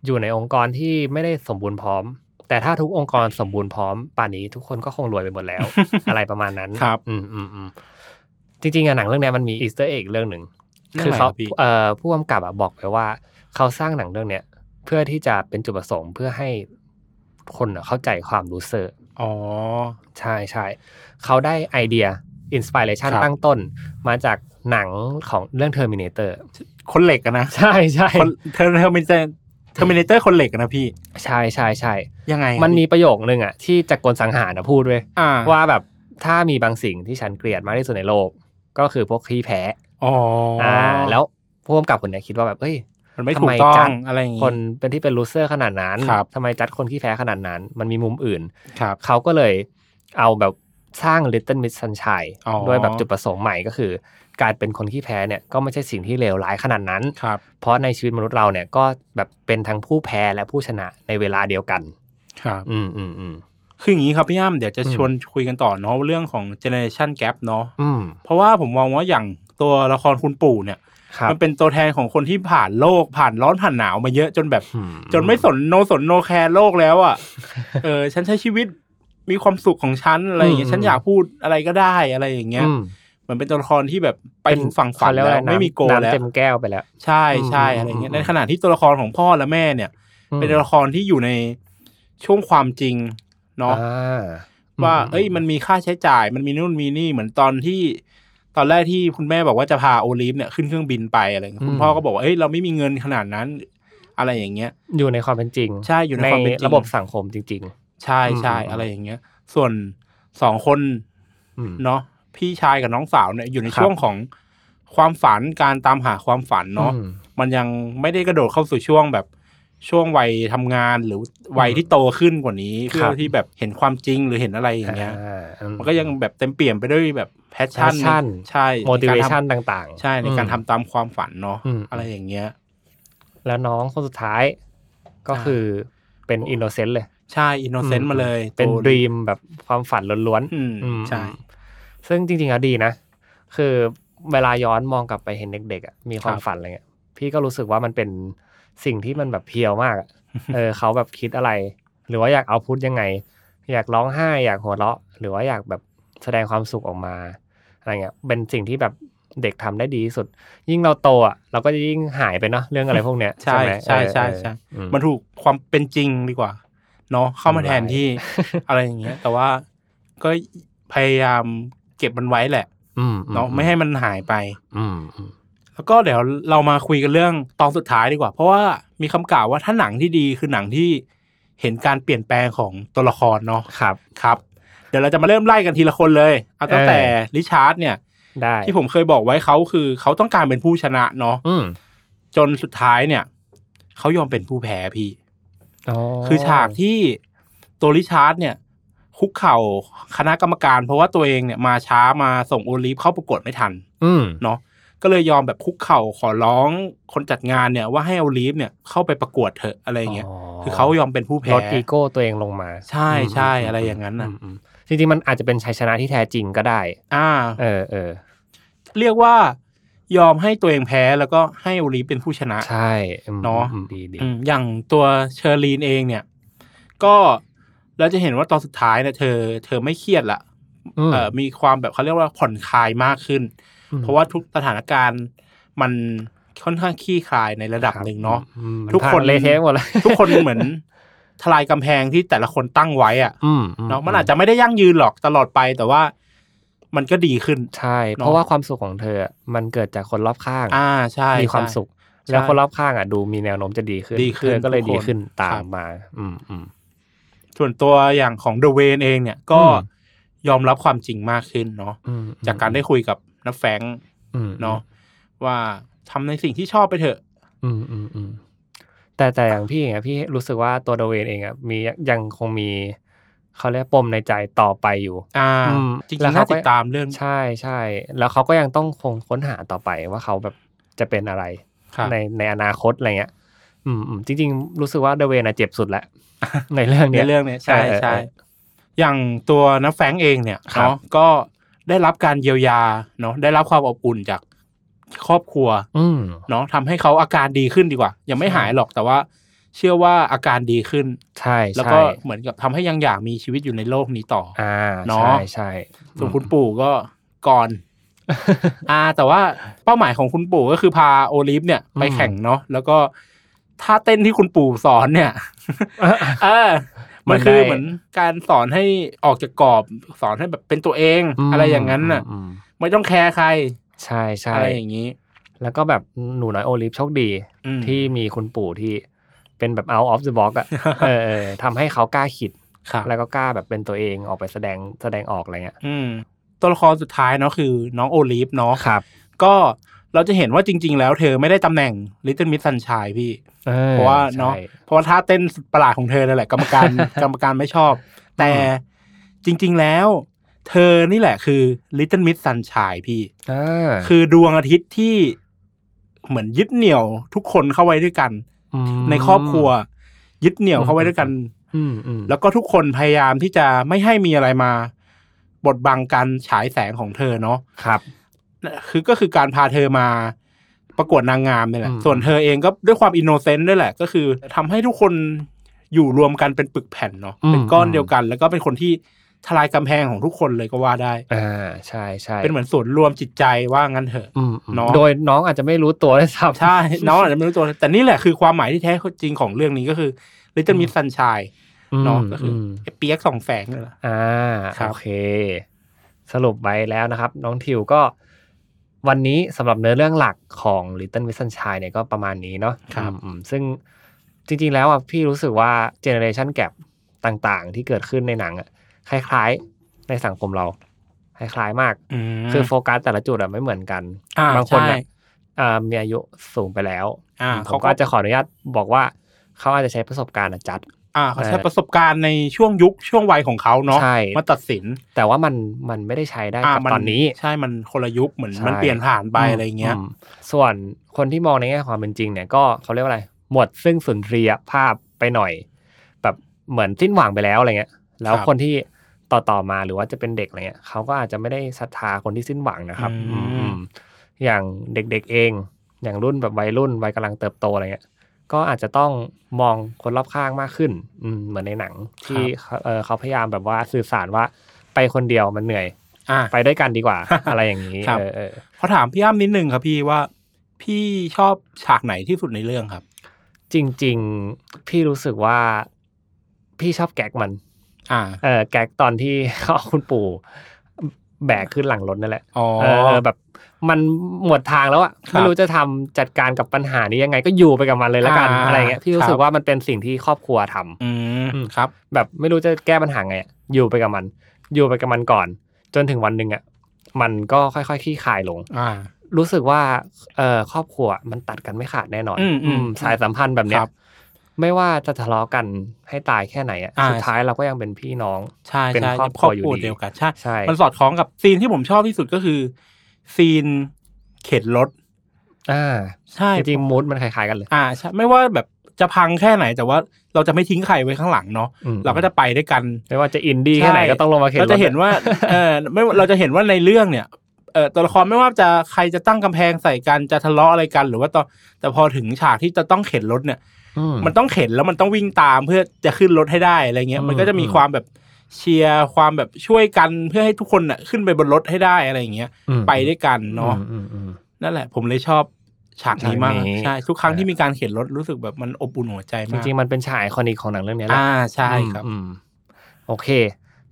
B: อยู่ในองค์กรที่ไม่ได้สมบูรณ์พร้อม แต่ถ้าทุกองค์กรสมบูรณ์พร้อม ป่านนี้ทุกคนก็คงรวยไปหมด แล้ว อะไรประมาณนั้น
C: ครับ
B: อืมอืมอืมจริงๆอะหนังเรื่องเนี้ยมันมีอีสเตอร์เอกเรื่องหนึ่ง
C: เรื่องอะไร
B: คือเขา
C: ครับพี่
B: เอ่อผู้กำกับอะบอกไปว่า เขาสร้างหนังเรื่องเนี้ยเพื่อที่จะเป็นจุดประสงค์เพื่อให้คนอะเข้าใจความรู้สึก
C: อ๋อ
B: ใช่ใช่เขาได้ไอเดียอินสปิเรชัน
C: ครับ
B: ตั้งต้น มาจากหนังของเรื่อง Terminator
C: คนเหล็กอะนะ
B: ใช่ใช่
C: คนเทอร์เทอร์มินเตอร์เทอร์มินเตอร์คนเหล็กอะนะพี่
B: ใช่ใช่ใช่
C: ยังไง
B: มันมีประโยคนึงอ่ะที่จากกลสังหารนะพูดเว้ย
C: อ่า
B: ว่าแบบถ้ามีบางสิ่งที่ฉันเกลียดมากที่สุดในโลก ก็คือพวกขี้แพ้
C: อ๋ออ่า
B: แล้วผู้กำกับคนเนี้ยคิดว่าแบบเอ้ย
C: มันไม่
B: ทำ
C: ถู
B: ไม
C: กต้อ
B: จั
C: ง
B: ด
C: อะไรอย่างงี้
B: คนเป็นที่เป็นลูเซอร์ขนาดนั้น
C: ครับ
B: ทำไมจัดคนขี้แพ้ขนาดนั้น มันมีมุมอื่น
C: ครับ
B: เขาก็เลยเอาแบบสร้าง Little Miss Sunshine
C: อ๋อ
B: ด้วยแบบจุดประสงค์ใหม่ก็คือ การเป็นคนขี้แพ้เนี่ยก็ไม่ใช่สิ่งที่เลวร้ายขนาดนั้น
C: ครับ
B: เพราะในชีวิตมนุษย์เราเนี่ยก็แบบเป็นทั้งผู้แพ้และผู้ชนะในเวลาเดียวกัน
C: ครับ
B: อืมอืมอืม
C: คืออย่างนี้ครับพี่ย่ามเดี๋ยวจะ
B: อืม
C: ชวนคุยกันต่อเนาะเรื่องของเจเนอเรชันแกรเนาะ
B: อืม
C: เพราะว่าผมมองว่าอย่างตัวละครคุณปู่เนี่ย
B: ครับ
C: มันเป็นตัวแทนของคนที่ผ่านโลกผ่านร้อนผ่านหนาวมาเยอะจนแบบ
B: อื
C: จนไม่สนโนสนโนแคร์โลกแล้วอ่ะ เออ ฉันใช้ชีวิตมีความสุขของฉันอะไรอย่างเงี้ยฉันอยากพูดอะไรก็ได้อะไรอย่างเงี้ย
B: อืม
C: เหมือนเป็นตัวละครที่แบบไปถึงฝั่งฝัน
B: เขาเรียก
C: แล้ว
B: ว่า
C: ไม่มีโกล
B: น้ำ
C: แล้ว
B: เต็มแก้วไปแล้ว
C: ใช่ใช่
B: อืม
C: อะไรเงี้ย
B: อืม
C: ในขณะที่ตัวละครของพ่อและแม่เนี่ย เป็นตัวละครที่อยู่ในช่วงความจริงเนาะ
B: อ่
C: ว่า เอ้ย มันมีค่าใช้จ่าย มันมีนู่นมีนี่ เหมือนตอนที่ ตอนแรกที่คุณแม่บอกว่าจะพาโอลิฟเนี่ยขึ้นเครื่องบินไปอะไรเงี้ยคุณพ่อก็บอกว่า เอ้ย เราไม่มีเงินขนาดนั้น อะไรอย่างเงี้ย
B: อยู่ในความเป็นจริง
C: ใช่ อยู่ในความเป็นจง
B: ระบบสังคมจริง
C: ใช่ใช่
B: อืม
C: อะไรอย่างเงี้ย ส่วนสองคน
B: ๆ อืม
C: เนาะ พี่ชายกับน้องสาวเนี่ย อยู่ใน
B: ครับ
C: ช่วงของความฝัน การตามหาความฝันเนาะ
B: อืม
C: มันยังไม่ได้กระโดดเข้าสู่ช่วงแบบช่วงวัยทำงานหรือวัยที่โตขึ้นกว่านี้
B: ค
C: เพื่
B: รั
C: อบ ที่แบบเห็นความจริงหรือเห็นอะไรอย่างเงี้ย
B: อ่าอื
C: มันก็ยังแบบเต็มเปี่ยมไปด้วยแบบแพชชั่น
B: passion
C: ใช่ในการท
B: motivation ต่าง
C: ำ
B: ๆ
C: ใช่ในการ
B: อืม
C: ทำตามความฝันเนาะ
B: อืม
C: อะไรอย่างเงี้ย
B: แล้วน้องคนสุดท้ายก็
C: อ่า
B: คือเป็นอินโนเซนต์เลย
C: ใช่อินโนเซนต์มาเลย
B: เป็น
C: ตู
B: ดีมแบบความฝันล้วน
C: อืม
B: ๆอืม
C: ใช่
B: ซึ่งจริงๆแล้วดีนะ คือเวลาย้อนมองกลับไปเห็นเด็กๆอะมีควา
C: ค
B: ม
C: รับ
B: ฝันอะไรเงี้ย พี่ก็รู้สึกว่ามันเป็นสิ่งที่มันแบบเพียวมาก อะเออเขาแบบคิดอะไร หรือว่าอยากเอาพุทยังไง อยากร้องไห้อยากหัวเราะ หรือว่าอยากแบบแสดงความสุขออกมาอะไรเงี้ย เป็นสิ่งที่แบบเด็กทำได้ดีที่สุด ยิ่งเราโตอ่ะเราก็จะยิ่งหายไปเนาะเรื่องอะไรพวกเนี้ย
C: ใช่
B: ไหม
C: ใช่ใช่
B: เออ
C: ใช่
B: เอออื
C: มันถูกความเป็นจริงดีกว่า เนาะเข้ามา
B: ทำลาย
C: แทนที่ อะไรอย่างเงี้ย แต่ว่าก็พยายามเก็บมันไว้แหละ
B: อืม
C: เนาะไม่ให้มันหายไป
B: อืมอืม
C: แล้วก็เดี๋ยวเรามาคุยกันเรื่องตอนสุดท้ายดีกว่า เพราะว่ามีคำกล่าวว่าถ้าหนังที่ดีคือหนังที่เห็นการเปลี่ยนแปลงของตัวละครเนาะ
B: ครับ
C: ครับ เดี๋ยวเราจะมาเริ่มไล่กันทีละคนเลยเอาตั้ง
B: เออ
C: แต่ริชาร์ดเนี่ย
B: ได้
C: ที่ผมเคยบอกไว้เขาคือเขาต้องการเป็นผู้ชนะเนาะ
B: อืม
C: จนสุดท้ายเนี่ยเขายอมเป็นผู้แพ้พี่
B: อ๋อ
C: คือฉากที่ตัวริชาร์ดเนี่ย คุกเข่าคณะกรรมการ เพราะว่าตัวเองเนี่ยมาช้ามาส่งโอลิฟเข้าประกวดไม่ทัน
B: อืม
C: เนาะก็เลยยอมแบบคุกเข่าขอร้องคนจัดงานเนี่ยว่าให้เอาลีฟเนี่ยเข้าไปประกวดเถอะอะไรอย่างเงี้ยคือเขายอมเป็นผู้แพ้
B: ลดอีโก้ตัวเองลงมา
C: ใช่ใช่
B: ม
C: อะไรอย่างนั้นนะ
B: มมจริงๆ มันอาจจะเป็นชัยชนะที่แท้จริงก็ได้
C: อ่า
B: เออเออ
C: เรียกว่ายอมให้ตัวเองแพ้แล้วก็ให้เอาลีฟเป็นผู้ชนะ
B: ใช่อืม
C: เนอะ
B: อืมดีดี
C: อืมอย่างตัวเชอร์ลีนเองเนี่ย ก็เราจะเห็นว่าตอนสุดท้ายเนี่ยเธอ เธอไม่เครียดละ
B: ม
C: เออมีความแบบเขาเรียกว่าผ่อนคลายมากขึ้น
B: ม
C: เพราะว่าทุกสถานการณ์มันค่อนข้างคลี่คลายในระดับหนึ่งเนาะ
B: อืม
C: ทุกคน
B: มัผ่าเละเทะหมดเลย
C: ทุกคนเหมือน ทลายกำแพงที่แต่ละคนตั้งไว้อะ
B: อืม
C: เนาะมันอาจจะไม่ได้ยั่งยืนหรอกตลอดไป แต่ว่ามันก็ดีขึ้น
B: ใช่ เพราะว่าความสุขของเธอ มันเกิดจากคนรอบข้าง
C: อ่าใช่
B: มีความ
C: ใช่
B: สุข
C: ใช่
B: แล้วคนรอบข้างอ่ะดูมีแนวโน้มจะดีขึ้น
C: ดีขึ้น
B: เธอก็เลย
C: ทุกคน
B: ดีขึ้นตา
C: ครับ
B: มมา อืมอืม
C: ส่วนตัวอย่างของเดอะเวนเองเนี่ยก็
B: อืม
C: ยอมรับความจริงมากขึ้นเนาะ
B: อืม
C: จากการได้คุยกับนับแฟรงค์
B: อืม
C: เนาะว่าทำในสิ่งที่ชอบไปเถอะ
B: อืมอืมอืมแต่แต่อย่างพี่อย่างเงี้ยพี่รู้สึกว่าตัวโดเวนเองอ่ะมียังคงมีเขาเรียกปมในใจต่อไปอยู่
C: อ่า
B: อืม
C: จริง
B: แล้
C: ๆ
B: วเขา
C: น่าติดตามเรื่อง
B: ใช่ใช่ แล้วเขาก็ยังต้องคงค้นหาต่อไปว่าเขาแบบจะเป็นอะไร
C: ครับ
B: ในในอนาคตอะไรเงี้ย อืมอืมจริง ๆ รู้สึกว่าโดเวนอ่ะเจ็บสุดแล้ว ในเรื่อง
C: ใน
B: เนี้ย
C: เรื่องเนี้ยใช่
B: เออเออ
C: ใช่
B: เออ
C: อย่างตัวนับแฟรงค์เองเนี่ย
B: ครับ
C: เนาะก็ได้รับการเยียวยาเนาะได้รับความอบอุ่นจากครอบครัว
B: อืม
C: เนาะทำให้เขาอาการดีขึ้นดีกว่า ยังไม่
B: ใช่
C: หายหรอกแต่ว่า เชื่อว่าอาการดีขึ้น
B: ใช่
C: แล้ว
B: ใช่
C: ก็เหมือนกับทำให้ยังอยากมีชีวิตอยู่ในโลกนี้ต่ออ
B: อ่า
C: เนาะ
B: ใช่ใช่
C: ส่วนคุณปู่ก็ก่อน อ่า แต่ว่าเป้าหมายของคุณปู่ก็คือพาโอลิฟเนี่ย ไปแข่งเนาะแล้วก็ท่าเต้นที่คุณปู่สอนเนี่ย
B: อ่ะ
C: เออ
B: มั
C: มัน น
B: ได้
C: คือเหมือนการสอนให้ออกจากกรอบ สอนให้แบบเป็นตัวเอง อะไรอย่างนั้นน่ะ
B: อืมอืม
C: ไม่ต้องแคร์ใคร
B: ใช่ใช่
C: อะไรอย่างนี้
B: แล้วก็แบบหนูน้อยโอลิฟโชคดี
C: อืม
B: ที่มีคุณปู่ที่เป็นแบบ out of the box อะ เออเออทำให้เขากล้าคิด
C: ครับ
B: แล้วก็กล้าแบบเป็นตัวเองออกไปแสดงแสดงออกอะไรเงี้ย
C: อืม ตัวละครสุดท้ายเนาะคือน้องโอลิฟเนาะ
B: ครับ
C: ก็เราจะเห็นว่าจริง ๆ แล้วเธอไม่ได้ตำแหน่ง Little Miss Sunshine พี่ เพราะว่าเนาะเพราะว่าท่าเต้น สุดประหลาดของเธอนั่นแหละกรรมการ กรรมการไม่ชอบ แต่จริง ๆ แล้ว เธอนี่แหละคือ Little Miss Sunshine พี่
B: อ่า
C: คือดวงอาทิตย์ที่เหมือนยึดเหนี่ยวทุกคนเข้าไว้ด้วยกัน
B: ม
C: ในครอบครัว ยึดเหนี่ยวเข้าไว้
B: อืม
C: ด้วยกัน
B: อืมอืม
C: แล้วก็ทุกคนพยายามที่จะไม่ให้มีอะไรมา บดบังการฉายแสงของเธอเนาะ
B: ครับ
C: คือก็คือการพาเธอมาประกวดนางงามเนี่ยแหละ
B: อืม
C: ส่วนเธอเองก็ด้วยความอินโนเซนต์ด้วยแหละ ก็คือทำให้ทุกคนอยู่รวมกันเป็นปึกแผ่นเนาะเป็นก้อนเดียวกัน แล้วก็เป็นคนที่ทลายกำแพงของทุกคนเลยก็ว่าได้
B: อ่าใช่ใช่
C: เป็นเหมือนส่วนย์รวมจิตใจว่างั้นเถอะ
B: อืมอืม
C: น้อง
B: โดยน้องอาจจะไม่รู้ตัวเลยครับ
C: ใช่ น้องอาจจะไม่รู้ตัวแต่นี่แหละคือความหมายที่แท้จริงของเรื่องนี้ก็คือ Little Miss Sunshine เนาะก็คืออ
B: ม
C: ไอ้เปียกสองแสงเลยล่ะ
B: อ่า
C: ครับ
B: โอเค สรุปไว้แล้วนะครับ น้องทิวก็วันนี้สำหรับเนื้อเรื่องหลักของ Little Miss Sunshine เนี่ยก็ประมาณนี้เนาะ
C: ครับ
B: อืมอืมซึ่งจริงๆแล้วอ่ะพี่รู้สึกว่าเจเนอเรชันแก p ต่างๆ ที่เกิดขึ้นในหนังอ่ะคล้ายๆ ในสังคมเรา คล้ายๆมาก คือโฟกัสแต่ละจุดอ่ะไม่เหมือนกัน
C: อ่า
B: บางคน
C: ใช่
B: อ่ะอ่ามีอายุสูงไปแล้ว
C: อ่า
B: อืมผ
C: เขา
B: ม
C: ก็
B: ก็จะขออนุญาตบอกว่าเขาอาจจะใช้ประสบการณ์อะจัด
C: อ่าเขาใช้ประสบการณ์ในช่วงยุคช่วงวัยของเขาเนาะ
B: ใช่
C: มาตัดสิน
B: แต่ว่ามันมันไม่ได้ใช้ได้
C: อ่า
B: กับ
C: มั
B: ตอนนี้
C: ใช่มันคนละยุคเหมือน
B: ใช่
C: มันเปลี่ยนผ่านไปอะไรเงี้ย
B: มส่วนคนที่มองในแง่ความเป็นจริงเนี่ยก็เขาเรียกว่าอะไร หมดซึ่งสุนทรียภาพไปหน่อย แบบเหมือนสิ้นหวังไปแล้วอะไรเงี้ย แล้ว
C: ครับ
B: คนที่ต่อต่อๆมาหรือว่าจะเป็นเด็กอะไรเงี้ยเขาก็อาจจะไม่ได้ศรัทธาคนที่สิ้นหวังนะครับอืมอืมอย่างเด็กๆเอง อย่างรุ่นแบบวัยรุ่นวัยกำลังเติบโตอะไรเงี้ย ก็อาจจะต้องมองคนรอบข้างมากขึ้นอืมเหมือนในหนังที่เขาเอ่อเขาพยายามแบบว่าสื่อสารว่าไปคนเดียวมันเหนื่อย
C: อ่า
B: ไปด้วยกันดีกว่า อะไรอย่างนี้
C: ครับ
B: เออเออ
C: ขอถามพี่อ้ำนิดนึงครับพี่ว่าพี่ชอบฉากไหนที่สุดในเรื่องครับ
B: จริงๆ พี่รู้สึกว่าพี่ชอบแก๊กมัน
C: อ่า
B: เออแก๊กตอนที่ เขาเอาคุณปู่แบกขึ้นหลังรถนั่นแหละ
C: อ๋อ
B: เออแบบ มันหมดทางแล้วอะ
C: ครับ
B: ไม่รู้จะทำจัดการกับปัญหานี้ยังไงก็อยู่ไปกับมันเลยละกัน
C: อ่า
B: อะไรเงี้ยพี่รู้สึ
C: ครั
B: ก
C: บ
B: ว่ามันเป็นสิ่งที่ครอบครัวทำ
C: อืม
B: อืม
C: ครับ
B: แบบไม่รู้จะแก้ปัญหาไงอะอยู่ไปกับมัน อยู่ไปกับมันก่อน จนถึงวันหนึ่งอะมันก็ค่อยๆคลี่คลายลง
C: อ่า
B: รู้สึกว่าเออครอบครัวมันตัดกันไม่ขาดแน่นอน
C: อืมอืม
B: อืมสายสัมพันธ์แบบเนี้
C: ค
B: ย
C: รับ
B: ไม่ว่าจะทะเลาะกันให้ตายแค่ไหนอะ
C: อ่า
B: สุดท้ายเราก็ยังเป็นพี่น้อง
C: ใช่
B: เป็น
C: ใช่
B: ครอบครัวอยู่ดี
C: เดียวกันใช่
B: ใช่
C: มันสอดคล้องกับซีนที่ผมชอบที่สุดก็คือ ซีนเข็นรถ
B: อ่า
C: ใช่
B: จริงๆมูดมันคล้ายๆกันเลย
C: อ่าใช่ไม่ว่าแบบจะพังแค่ไหนแต่ว่าเราจะไม่ทิ้งใครไว้ข้างหลังเนาะ
B: อืม
C: เราก็จะไปด้วยกัน
B: ไม่ว่าจะอินดี้แค่ไหน
C: ใช่
B: ก็ต้องลงมาเข็น
C: เราจะเห็นว่า เออไม่เราจะเห็นว่าในเรื่องเนี่ย เออตัวละครไม่ว่าจะใครจะตั้งกำแพงใส่กันจะทะเลาะอะไรกัน หรือว่าตอนแต่พอถึงฉากที่จะต้องเข็นรถเนี่ย
B: อืม
C: มันต้องเข็นแล้วมันต้องวิ่งตามเพื่อจะขึ้นรถให้ได้อะไรเงี้ย
B: อืม
C: มันก็จะมีความแบบเชียร์ความแบบช่วยกันเพื่อให้ทุกคนน่ะขึ้นไปบนรถให้ได้อะไรอย่างเงี้ย
B: อืม
C: ไปด้วยกันเนาะ
B: อืมอืม
C: นั่นแหละ ผมเลยชอบฉากนี้มาก
B: ฉากนี้
C: ใช่ทุกครั้งที่มีการเข็นรถรู้สึกแบบมันอบอุ่นหัวใจ
B: จ
C: มาก
B: ริงๆมันเป็นฉากไอคอนิกของหนังเรื่องเนี้ยแหละ
C: อ่าใช่ครับ
B: อืมอืมโอเค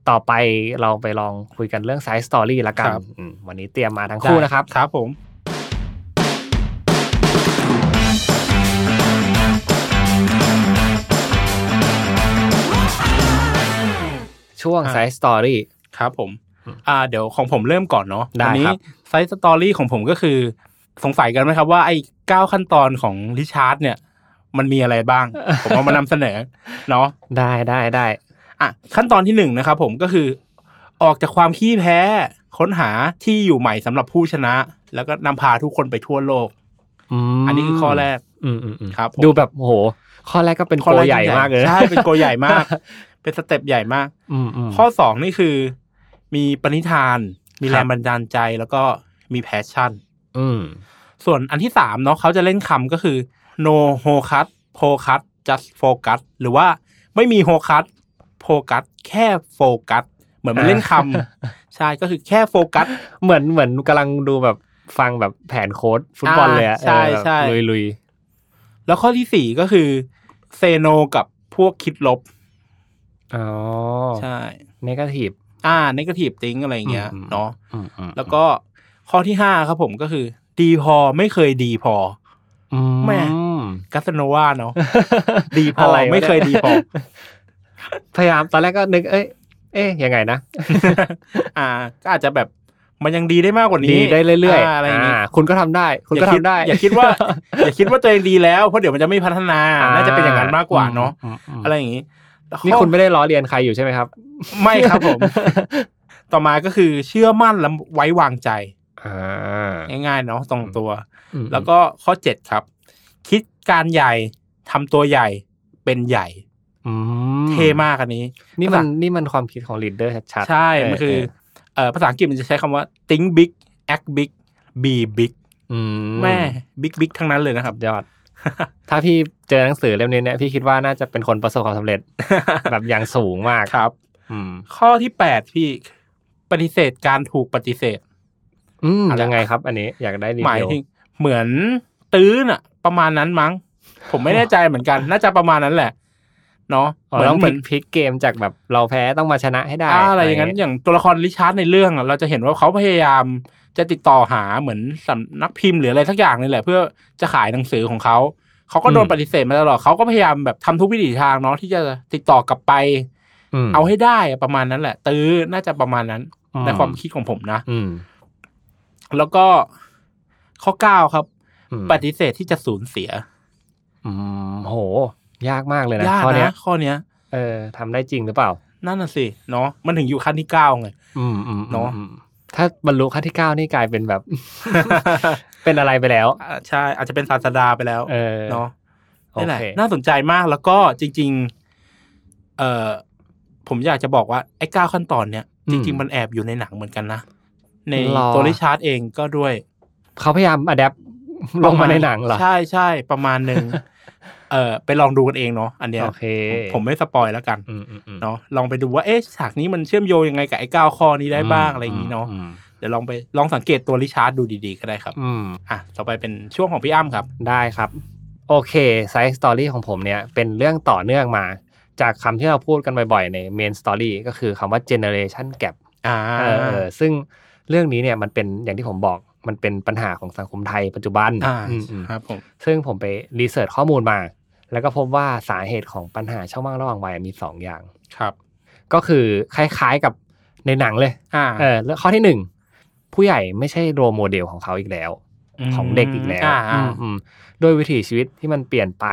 B: ต่อไปเราไปลองคุยกันเรื่องไซส์สตอรี่ละกัน
C: ครับ
B: อืมวันนี้เตรียมมาทั้งคู่นะครับ
C: ครับผม
B: ช่วง
C: อ่า
B: ไซส์สตอรี่
C: ครับผม อ่า เดี๋ยวของผมเริ่มก่อนเนาะ
B: ได้
C: วันี้
B: ครับ
C: ไซส์สตอรี่ของผมก็คือ สงสัยกันไหมครับว่าไอ้เก้าขั้นตอนของริชาร์ดเนี่ย มันมีอะไร บ้าง ผมเอามานำเสนอเนาะ
B: ได้ได้ได้
C: อ่ะ ขั้นตอนที่หนึ่งนะครับผมก็คือ ออกจากความขี้แพ้ ค้นหาที่อยู่ใหม่สำหรับผู้ชนะ แล้วก็นำพาทุกคนไปทั่วโลก
B: ม
C: อันนี้คือข้อแรก
B: อืมอืมอืม
C: ครับผม
B: ดูแบบโอ้โห ข้อแรกก็เป็น
C: ข้อ
B: โก
C: แร
B: ใหญ่มากเลยนะ
C: ใช่เป็นโกใหญ่มาก เป็นสเต็ปใหญ่มาก
B: อืมอืม
C: ข้อสองนี่คือ มีปณิธาน มี
B: ครับ
C: แรงบันดาลใจแล้วก็มีแพชชั่น
B: อืม
C: ส่วนอันที่สามเนาะเขาจะเล่นคำก็คือ no hocus focus just focus หรือว่าไม่มี hocus focus แค่ focus เหมือนมันเล่นค ำ ใช่ก็คือแค่ focus
B: เหมือนเหมือนกำลังดูแบบฟังแบบแผนโค้ดฟุตบอลเลยอะ
C: อ่าใช่ใช่
B: ลุยลุย
C: แล้วข้อที่สี่ก็คือ say no กับพวกคิดลบ
B: ๆอ๋อ
C: ใช่
B: เนกาทีฟ
C: อ่า negative think อะไรอย่างเงี้ย
B: อืม
C: เนาะ
B: อืมอืม
C: แล้วก็ข้อที่ห้าครับผมก็คือ ดีพอไม่เคยดีพอ
B: อืม
C: แม่ กัสโนวาเนาะ ดีพอ
B: อะไรวะนี่
C: ไม่เคยดีพอ
B: พยายามตอนแรกก็นึกเอ้ยเอ๊ยยังไงนะ
C: อ่า ก็อาจจะแบบมันยังดีได้มากกว่านี้
B: ดีได้เรื่อย
C: า
B: ๆ
C: อะไรอย่างงี้
B: าคุณก็ทำได้ คุณก็ทำได้
C: อย่าคิดว่า อย่าคิดว่าตัวเองดีแล้วเพราะเดี๋ยวมันจะไม่พัฒนา น่าจะเป็นอย่างนั้นมากกว่าเนาะ
B: อืมอืม
C: อะไรอย่างนี้
B: นี่
C: ข้อ
B: คุณไม่ได้ล้อเรียนใครอยู่ใช่ไหมครับ
C: ไม่ครับผม ต่อมาก็คือเชื่อมั่นและไว้วางใจ
B: อ่า
C: ง่ายๆเนาะตรงตัว
B: อืม
C: แล้วก็ข้อเจ็ดครับ คิดการใหญ่ทำตัวใหญ่เป็นใหญ่
B: อืม
C: เทมากอันนี้
B: นี่มันนี่มันความคิดของลีดเดอร์ชัดๆ
C: ใช่ มันคือเอ่อภาษาอังกฤษมันจะใช้คำว่า think big act big be big
B: เออเอออื
C: แม่ big big ทั้งนั้นเลยนะครับ
B: ยอ ด ถ้าพี่เจอหนังสือเล่มนี้เนี่ยพี่คิดว่าน่าจะเป็นคนประสบความสำเร็ จ แบบอย่างสูงมาก
C: ครับ
B: อืม
C: ข้อที่แปดพี่ปฏิเสธการถูกปฏิเสธ
B: อืม
C: อะไร
B: ยังไงครับ อันนี้อยากได้รี
C: หมา
B: วิ
C: ยว ถึงเหมือนตื้อน่ะ ประมาณนั้นมั้ง ผมไม่แน่ใจเหมือน กัน น่าจะประมาณนั้นแหละ เนาะ
B: อ๋อ
C: เหมือน
B: ต้อง
C: เห
B: พ
C: มื
B: ลิ
C: อน
B: กพลิกเกมจากแบบเราแพ้ต้องมาชนะให้ได้
C: อ่าอะไรอย่างนั้น อย่างตัวละครริชาร์ดในเรื่องอะเราจะเห็นว่าเขาพยายามจะติดต่อหาเหมือนสำนักพิมพ์หรืออะไรสักอย่างนี่แหละ เพื่อจะขายหนังสือของเขา เขาก็โดนปฏิเสธมาตลอดเขาก็พยายามแบบทำทุกวิถีทางเนาะที่จะติดต่อกลับไป
B: ม
C: เอาให้ได้อะประมาณนั้นแหละ ตื้อน่าจะประมาณนั้นในความคิดของผมนะ
B: อืม
C: แล้วก็ข้อเก้าครับ
B: อืม
C: ปฏิเสธที่จะสูญเสีย
B: อืมโห ยากมากเลยนะ
C: ยาก
B: ข้อเนี้ย
C: นะข้อเนี้ย
B: เออทำได้จริงหรือเปล่า
C: นั่นน่ะสิเนาะมันถึงอยู่ขั้นที่เก้าไง
B: อืมอืม
C: เนอะ
B: อืมถ้าบรรลุขั้นที่เก้านี่กลายเป็นแบบ เป็นอะไรไปแล้ว
C: อ่าใช่อาจจะเป็นศาสดาไปแล้ว
B: เออ
C: เนาะ
B: โอ
C: นี่นแหละ
B: เค
C: น่าสนใจมากแล้วก็จริง ๆ เอ่อผมอยากจะบอกว่าไอ้เก้าขั้นตอนเนี้ยจริง ๆ มันแอบอยู่ในหนังเหมือนกันนะใน
B: หรอ
C: ตัวริชาร์ดเองก็ด้วย
B: เขาพยายามอัดแอปลงมาในหนังเหรอ
C: ใช่ใช่ประมาณหนึ่งเอ่อไปลองดูกันเองเนาะอันเนี้ย
B: โอเค
C: ผมไม่สปอยแล้วกัน
B: อืมอืมอืม
C: เนาะลองไปดูว่าเอ๊ะฉากนี้มันเชื่อมโยงยังไงกับไอ้เก้าข้อนี้ได้บ้างอะไรอย่างนี้เนาะ
B: อืม
C: เดี๋ยวลองไปลองสังเกตตัวริชาร์ดดูดีๆก็ได้ครับ
B: อืม
C: อ่ะ ต่อไปเป็นช่วงของพี่อ้ำครับ
B: ได้ครับ โอเคไซส์สตอรี่ของผมเนี่ยเป็นเรื่องต่อเนื่องมา จากคำที่เราพูดกันบ่อยๆ ในเมนสตอรี่ก็คือคำว่า generation gap
C: อ่า
B: เออเออซึ่งเรื่องนี้เนี่ยมันเป็นอย่างที่ผมบอกมันเป็นปัญหาของสังคมไทยปัจจุบัน
C: อ่า
B: อืม
C: ครับผม
B: ซึ่งผมไปรีเสิร์ชข้อมูลมา แล้วก็พบว่าสาเหตุของปัญหาช่องว่างระหว่างวัยมี 2 อย่าง
C: ครับ
B: ก็คือคล้ายๆกับในหนังเลย
C: อ่า
B: เออแล้วข้อทีหนึ่งผู้ใหญ่ไม่ใช่โรโมเดลของเขาอีกแล้ว
C: ม
B: ของเด็กอีกแล้ว
C: อ่า
B: อืมอืมโดวยวิถีชีวิตที่มันเปลี่ยนไป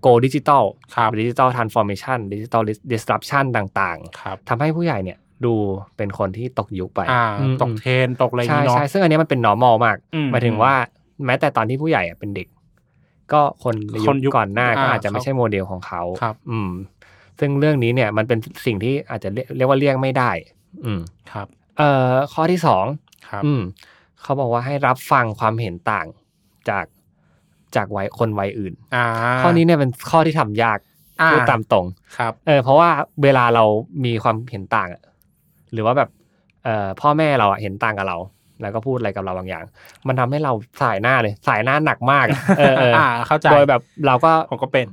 B: โกดิจิตอล
C: ครับ
B: ดิจิตอลทรานส์ฟอร์เมชันดิจิตอลดิสรัปชันต่าง
C: ครับ
B: ๆทำให้ผู้ใหญ่เนี่ยดูเป็นคนที่ตกยุคไป
C: อ่า
B: อืม
C: ตกเทรนตกอะไรอย่าง
B: ใช่
C: งี้เนาะ
B: ใช่ซึ่งอันเนี้ยมันเป็น normal มาก
C: อื
B: หมายถึงว่าแม้แต่ตอนที่ผู้ใหญ่อะเป็นเด็ก ก็คนใน
C: คนยุ
B: ยุ
C: ค
B: คก่อนหน้าก็
C: อ่า
B: อาจจะไม่ใช่โมเดลของเขา
C: ครับ
B: อืม ซึ่งเรื่องนี้เนี่ยมันเป็นสิ่งที่อาจจะเรียกเรียกว่าเลี่ยงไม่ได้ อืม
C: ครับ
B: เอ่อข้อที่สอง
C: ครับ
B: อืมเขาบอกว่าให้รับฟังความเห็นต่างจากจากวัยคนวัยอื่น
C: อ่า
B: ข้อนี้เนี่ยเป็นข้อที่ทำยาก
C: อ่
B: พูดตามตรง
C: ครับ
B: เออเพราะว่าเวลาเรามีความเห็นต่างอะหรือว่าแบบเอ่อพ่อแม่เราอะเห็นต่างกับเรา แล้วก็พูดอะไรกับเราบางอย่าง มันทำให้เราสายหน้าเลยสายหน้าหนักมากอะเออเออ
C: อ่า เข้าใจ
B: โดยแบบเราก็
C: ผมก็เป็น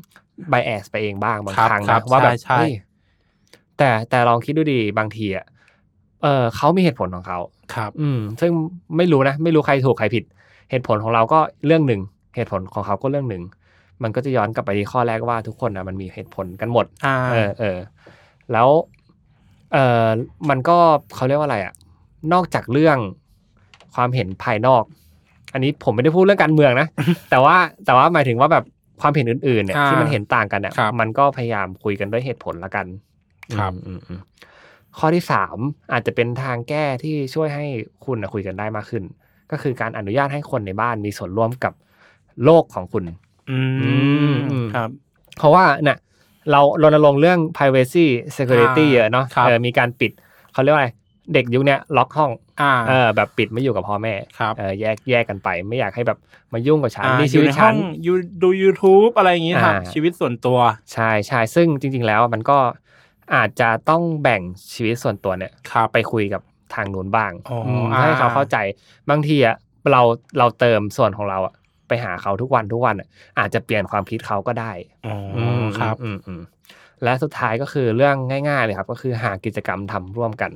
B: ไบแอสไปเองบ้างบาง
C: ครับ
B: ครั้ง
C: ครั
B: นะ
C: บ
B: ว่าแบบ
C: ใช่ใช่
B: เฮ้ยแต่แต่ลองคิดดูดีบางทีอ่ะเออเขามีเหตุผลของเขา
C: ครับ
B: อืมซึ่งไม่รู้นะ ไม่รู้ใครถูกใครผิด เหตุผลของเราก็เรื่องหนึ่ง เหตุผลของเขาก็เรื่องหนึ่ง มันก็จะย้อนกลับไปที่ข้อแรกว่าทุกคนนะมันมีเหตุผลกันหมด
C: อ่า
B: เออเออแล้วเออมันก็เขาเรียกว่าอะไรอะนอกจากเรื่องความเห็นภายนอก อันนี้ผมไม่ได้พูดเรื่องการเมืองนะ แต่ว่าแต่ว่าหมายถึงว่าแบบความเห็นอื่นๆเนี่ย
C: อ่า
B: ที่มันเห็นต่างกันเนี่ย
C: ครับ
B: มันก็พยายามคุยกันด้วยเหตุผลละกัน
C: ครับ
B: อืมอืมอืมข้อที่สามอาจจะเป็นทางแก้ที่ช่วยให้คุณน่ะคุยกันได้มากขึ้น ก็คือการอนุญาตให้คนในบ้านมีส่วนร่วมกับโลกของคุณ
C: อืม
B: อืม
C: ครับ
B: เพราะว่าเนี่ยเรารณรงค์เรื่อง privacy security
C: อ่า
B: เยอะเนาะ
C: ครับ
B: เออมีการปิดเขาเรียกว่าอะไรเด็กยุคเนี้ยล็อกห้อง
C: อ่า
B: เออแบบปิดไม่อยู่กับพ่อแม่
C: ครับ
B: เออแยกแยกกันไป ไม่อยากให้แบบมายุ่งกับฉัน
C: อ่า
B: นี่
C: อ
B: ชี
C: ยู่
B: วิ
C: ใน
B: ต
C: ห้
B: ฉั
C: อน งอยู่ดู YouTube อะไรอย่างงี้
B: อ่า
C: ทำชีวิตส่วนตัว
B: ใช่ใช่ซึ่งจริง ๆ แล้วมันก็อาจจะต้องแบ่งชีวิตส่วนตัวเนี่ย
C: ครับ
B: ไปคุยกับทางนู้นบ้าง
C: อ๋ออื
B: ม
C: อ่า
B: ให้เขาเข้าใจบางทีอะเราเราเติมส่วนของเราอะไปหาเขาทุกวันทุกวันอะอาจจะเปลี่ยนความคิดเขาก็ได้
C: อ๋ออ
B: อืม
C: ครับ
B: อืมอืมและสุดท้ายก็คือเรื่องง่าย ๆ เลยครับ ก็คือหากิจกรรมทำร่วมกัน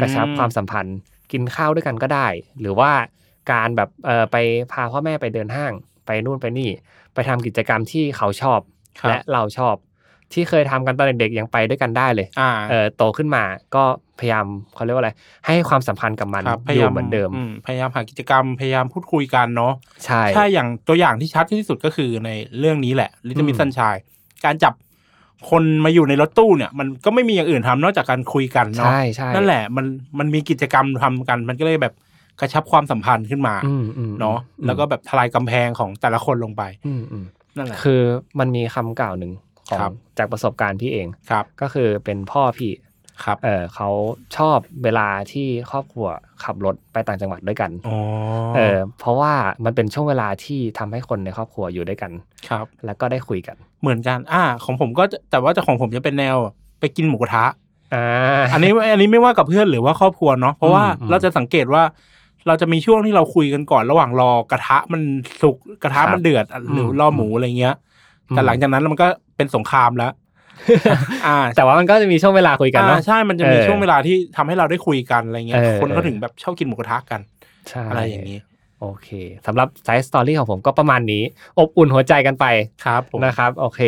B: กระชับความสัมพันธ์ กินข้าวด้วยกันก็ได้ หรือว่าการแบบเออไปพาพ่อแม่ไปเดินห้าง ไปนู่นไปนี่ ไปทำกิจกรรมที่เขาชอบ
C: ครับ
B: และเราชอบ ที่เคยทำกันตอนเด็กๆยังไปด้วยกันได้เลย
C: อ่า
B: เออโตขึ้นมาก็พยายามเขาเรียกว่าอะไร ให้ความสัมพันธ์กับมัน
C: ครับ
B: อ
C: พา
B: ย
C: ยาม
B: ยู่เหมือนเดิม
C: พยายามหากิจกรรมพยายามพูดคุยกันเนาะ
B: ใช่
C: ถ้าอย่างตัวอย่างที่ชัดที่สุดก็คือในเรื่องนี้แหละ ลิต
B: อื
C: มิ
B: ม
C: สันชายการจับ คนมาอยู่ในรถตู้เนี่ย มันก็ไม่มีอย่างอื่นทำนอกจากการคุยกันเนาะ
B: ใช่ใช่
C: นั่นแหละมันมันมีกิจกรรมทำกัน มันก็เลยแบบกระชับความสัมพันธ์ขึ้นมา
B: อืมอืม
C: เนาะ
B: อืม
C: แล้วก็แบบทลายกำแพงของแต่ละคนลงไป
B: อืมอืม
C: นั่นแหละ
B: คือมันมีคำกล่าวหนึ่งขอ
C: ครั
B: ง
C: บ
B: จากประสบการณ์พี่เอง
C: ครับ
B: ก็คือเป็นพ่อพี่
C: ครับ
B: เออเขาชอบเวลาที่ครอบครัวขับรถไปต่างจังหวัดด้วยกัน
C: อ๋อ
B: เออเพราะว่ามันเป็นช่วงเวลาที่ทำให้คนในครอบครัวอยู่ด้วยกัน
C: ครับ
B: แล้วก็ได้คุยกัน
C: เหมือนกัน อ่า ของผมก็จะแต่ว่าจะของผมจะเป็นแนวไปกินหมูกระทะ
B: อ่า
C: อันนี้อันนี้ไม่ว่ากับเพื่อนหรือว่าครอบครัวเนาะเพราะว่า
B: อืม
C: เราจะสังเกตว่า เราจะมีช่วงที่เราคุยกันก่อน ระหว่างรอกระทะมันสุกกระทะมันเดือดหรือรอหมูอะไรเงี้ย แต่หลังจากนั้นมันก็เป็นสงคราม แล้ว อ่า
B: แต่ว่ามันก็จะมีช่วงเวลาคุยกันเนาะ
C: อ่าใช่มันจะมี
B: เออ
C: ช่วงเวลาที่ทำให้เราได้คุยกันอะไรเงี้ย
B: เออ
C: คนก็ถึงแบบชอบกินหมูกระทะกัน
B: ใช่
C: อะไรอย่างนี้
B: โอเคสำหรับไซส์สตอรี่ของผมก็ประมาณนี้ อบอุ่นหัวใจกันไป
C: ครับผม
B: นะครับโอเค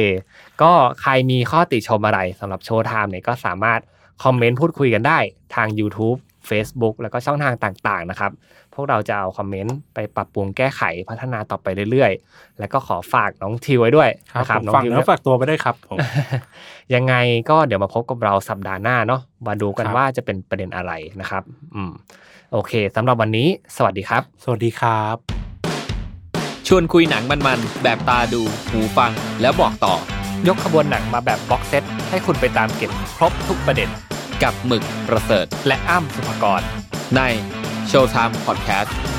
B: ก็ใครมีข้อติชมอะไรสำหรับโชว์ไทม์เนี่ยก็สามารถคอมเมนต์พูดคุยกันได้ทาง YouTube Facebook แล้วก็ช่องทางต่างๆนะครับ พวกเราจะเอาคอมเมนต์ไปปรับปรุงแก้ไขพัฒนาต่อไปเรื่อยๆ แล้วก็ขอฝากน้องทิวไว้ด้วย
C: ครับ
B: นะ
C: ผ
B: ครับ
C: ม
B: น้อง
C: ฝากเนื้อย ฝาก
B: ทิวเนี่
C: ตัวไปได้วยครับผม
B: ยังไงก็เดี๋ยวมาพบกับเราสัปดาห์หน้าเนาะมาดูกัน
C: ครับ
B: ว่าจะเป็นประเด็นอะไรนะครับ อืม โอเคสำหรับวันนี้ สวัสดีครับ
C: สวัสดีครับ
A: ชวนคุยหนังมันๆ แบบตาดู หูฟัง แล้วบอกต่อย
B: กขบวนหนังมาแบบบ็อกเซตให้คุณไปตามเก็บครบทุกประเด็น
A: กับหมึกประเสริฐ
B: และอ้ำสุภกร
A: ใน Showtime Podcast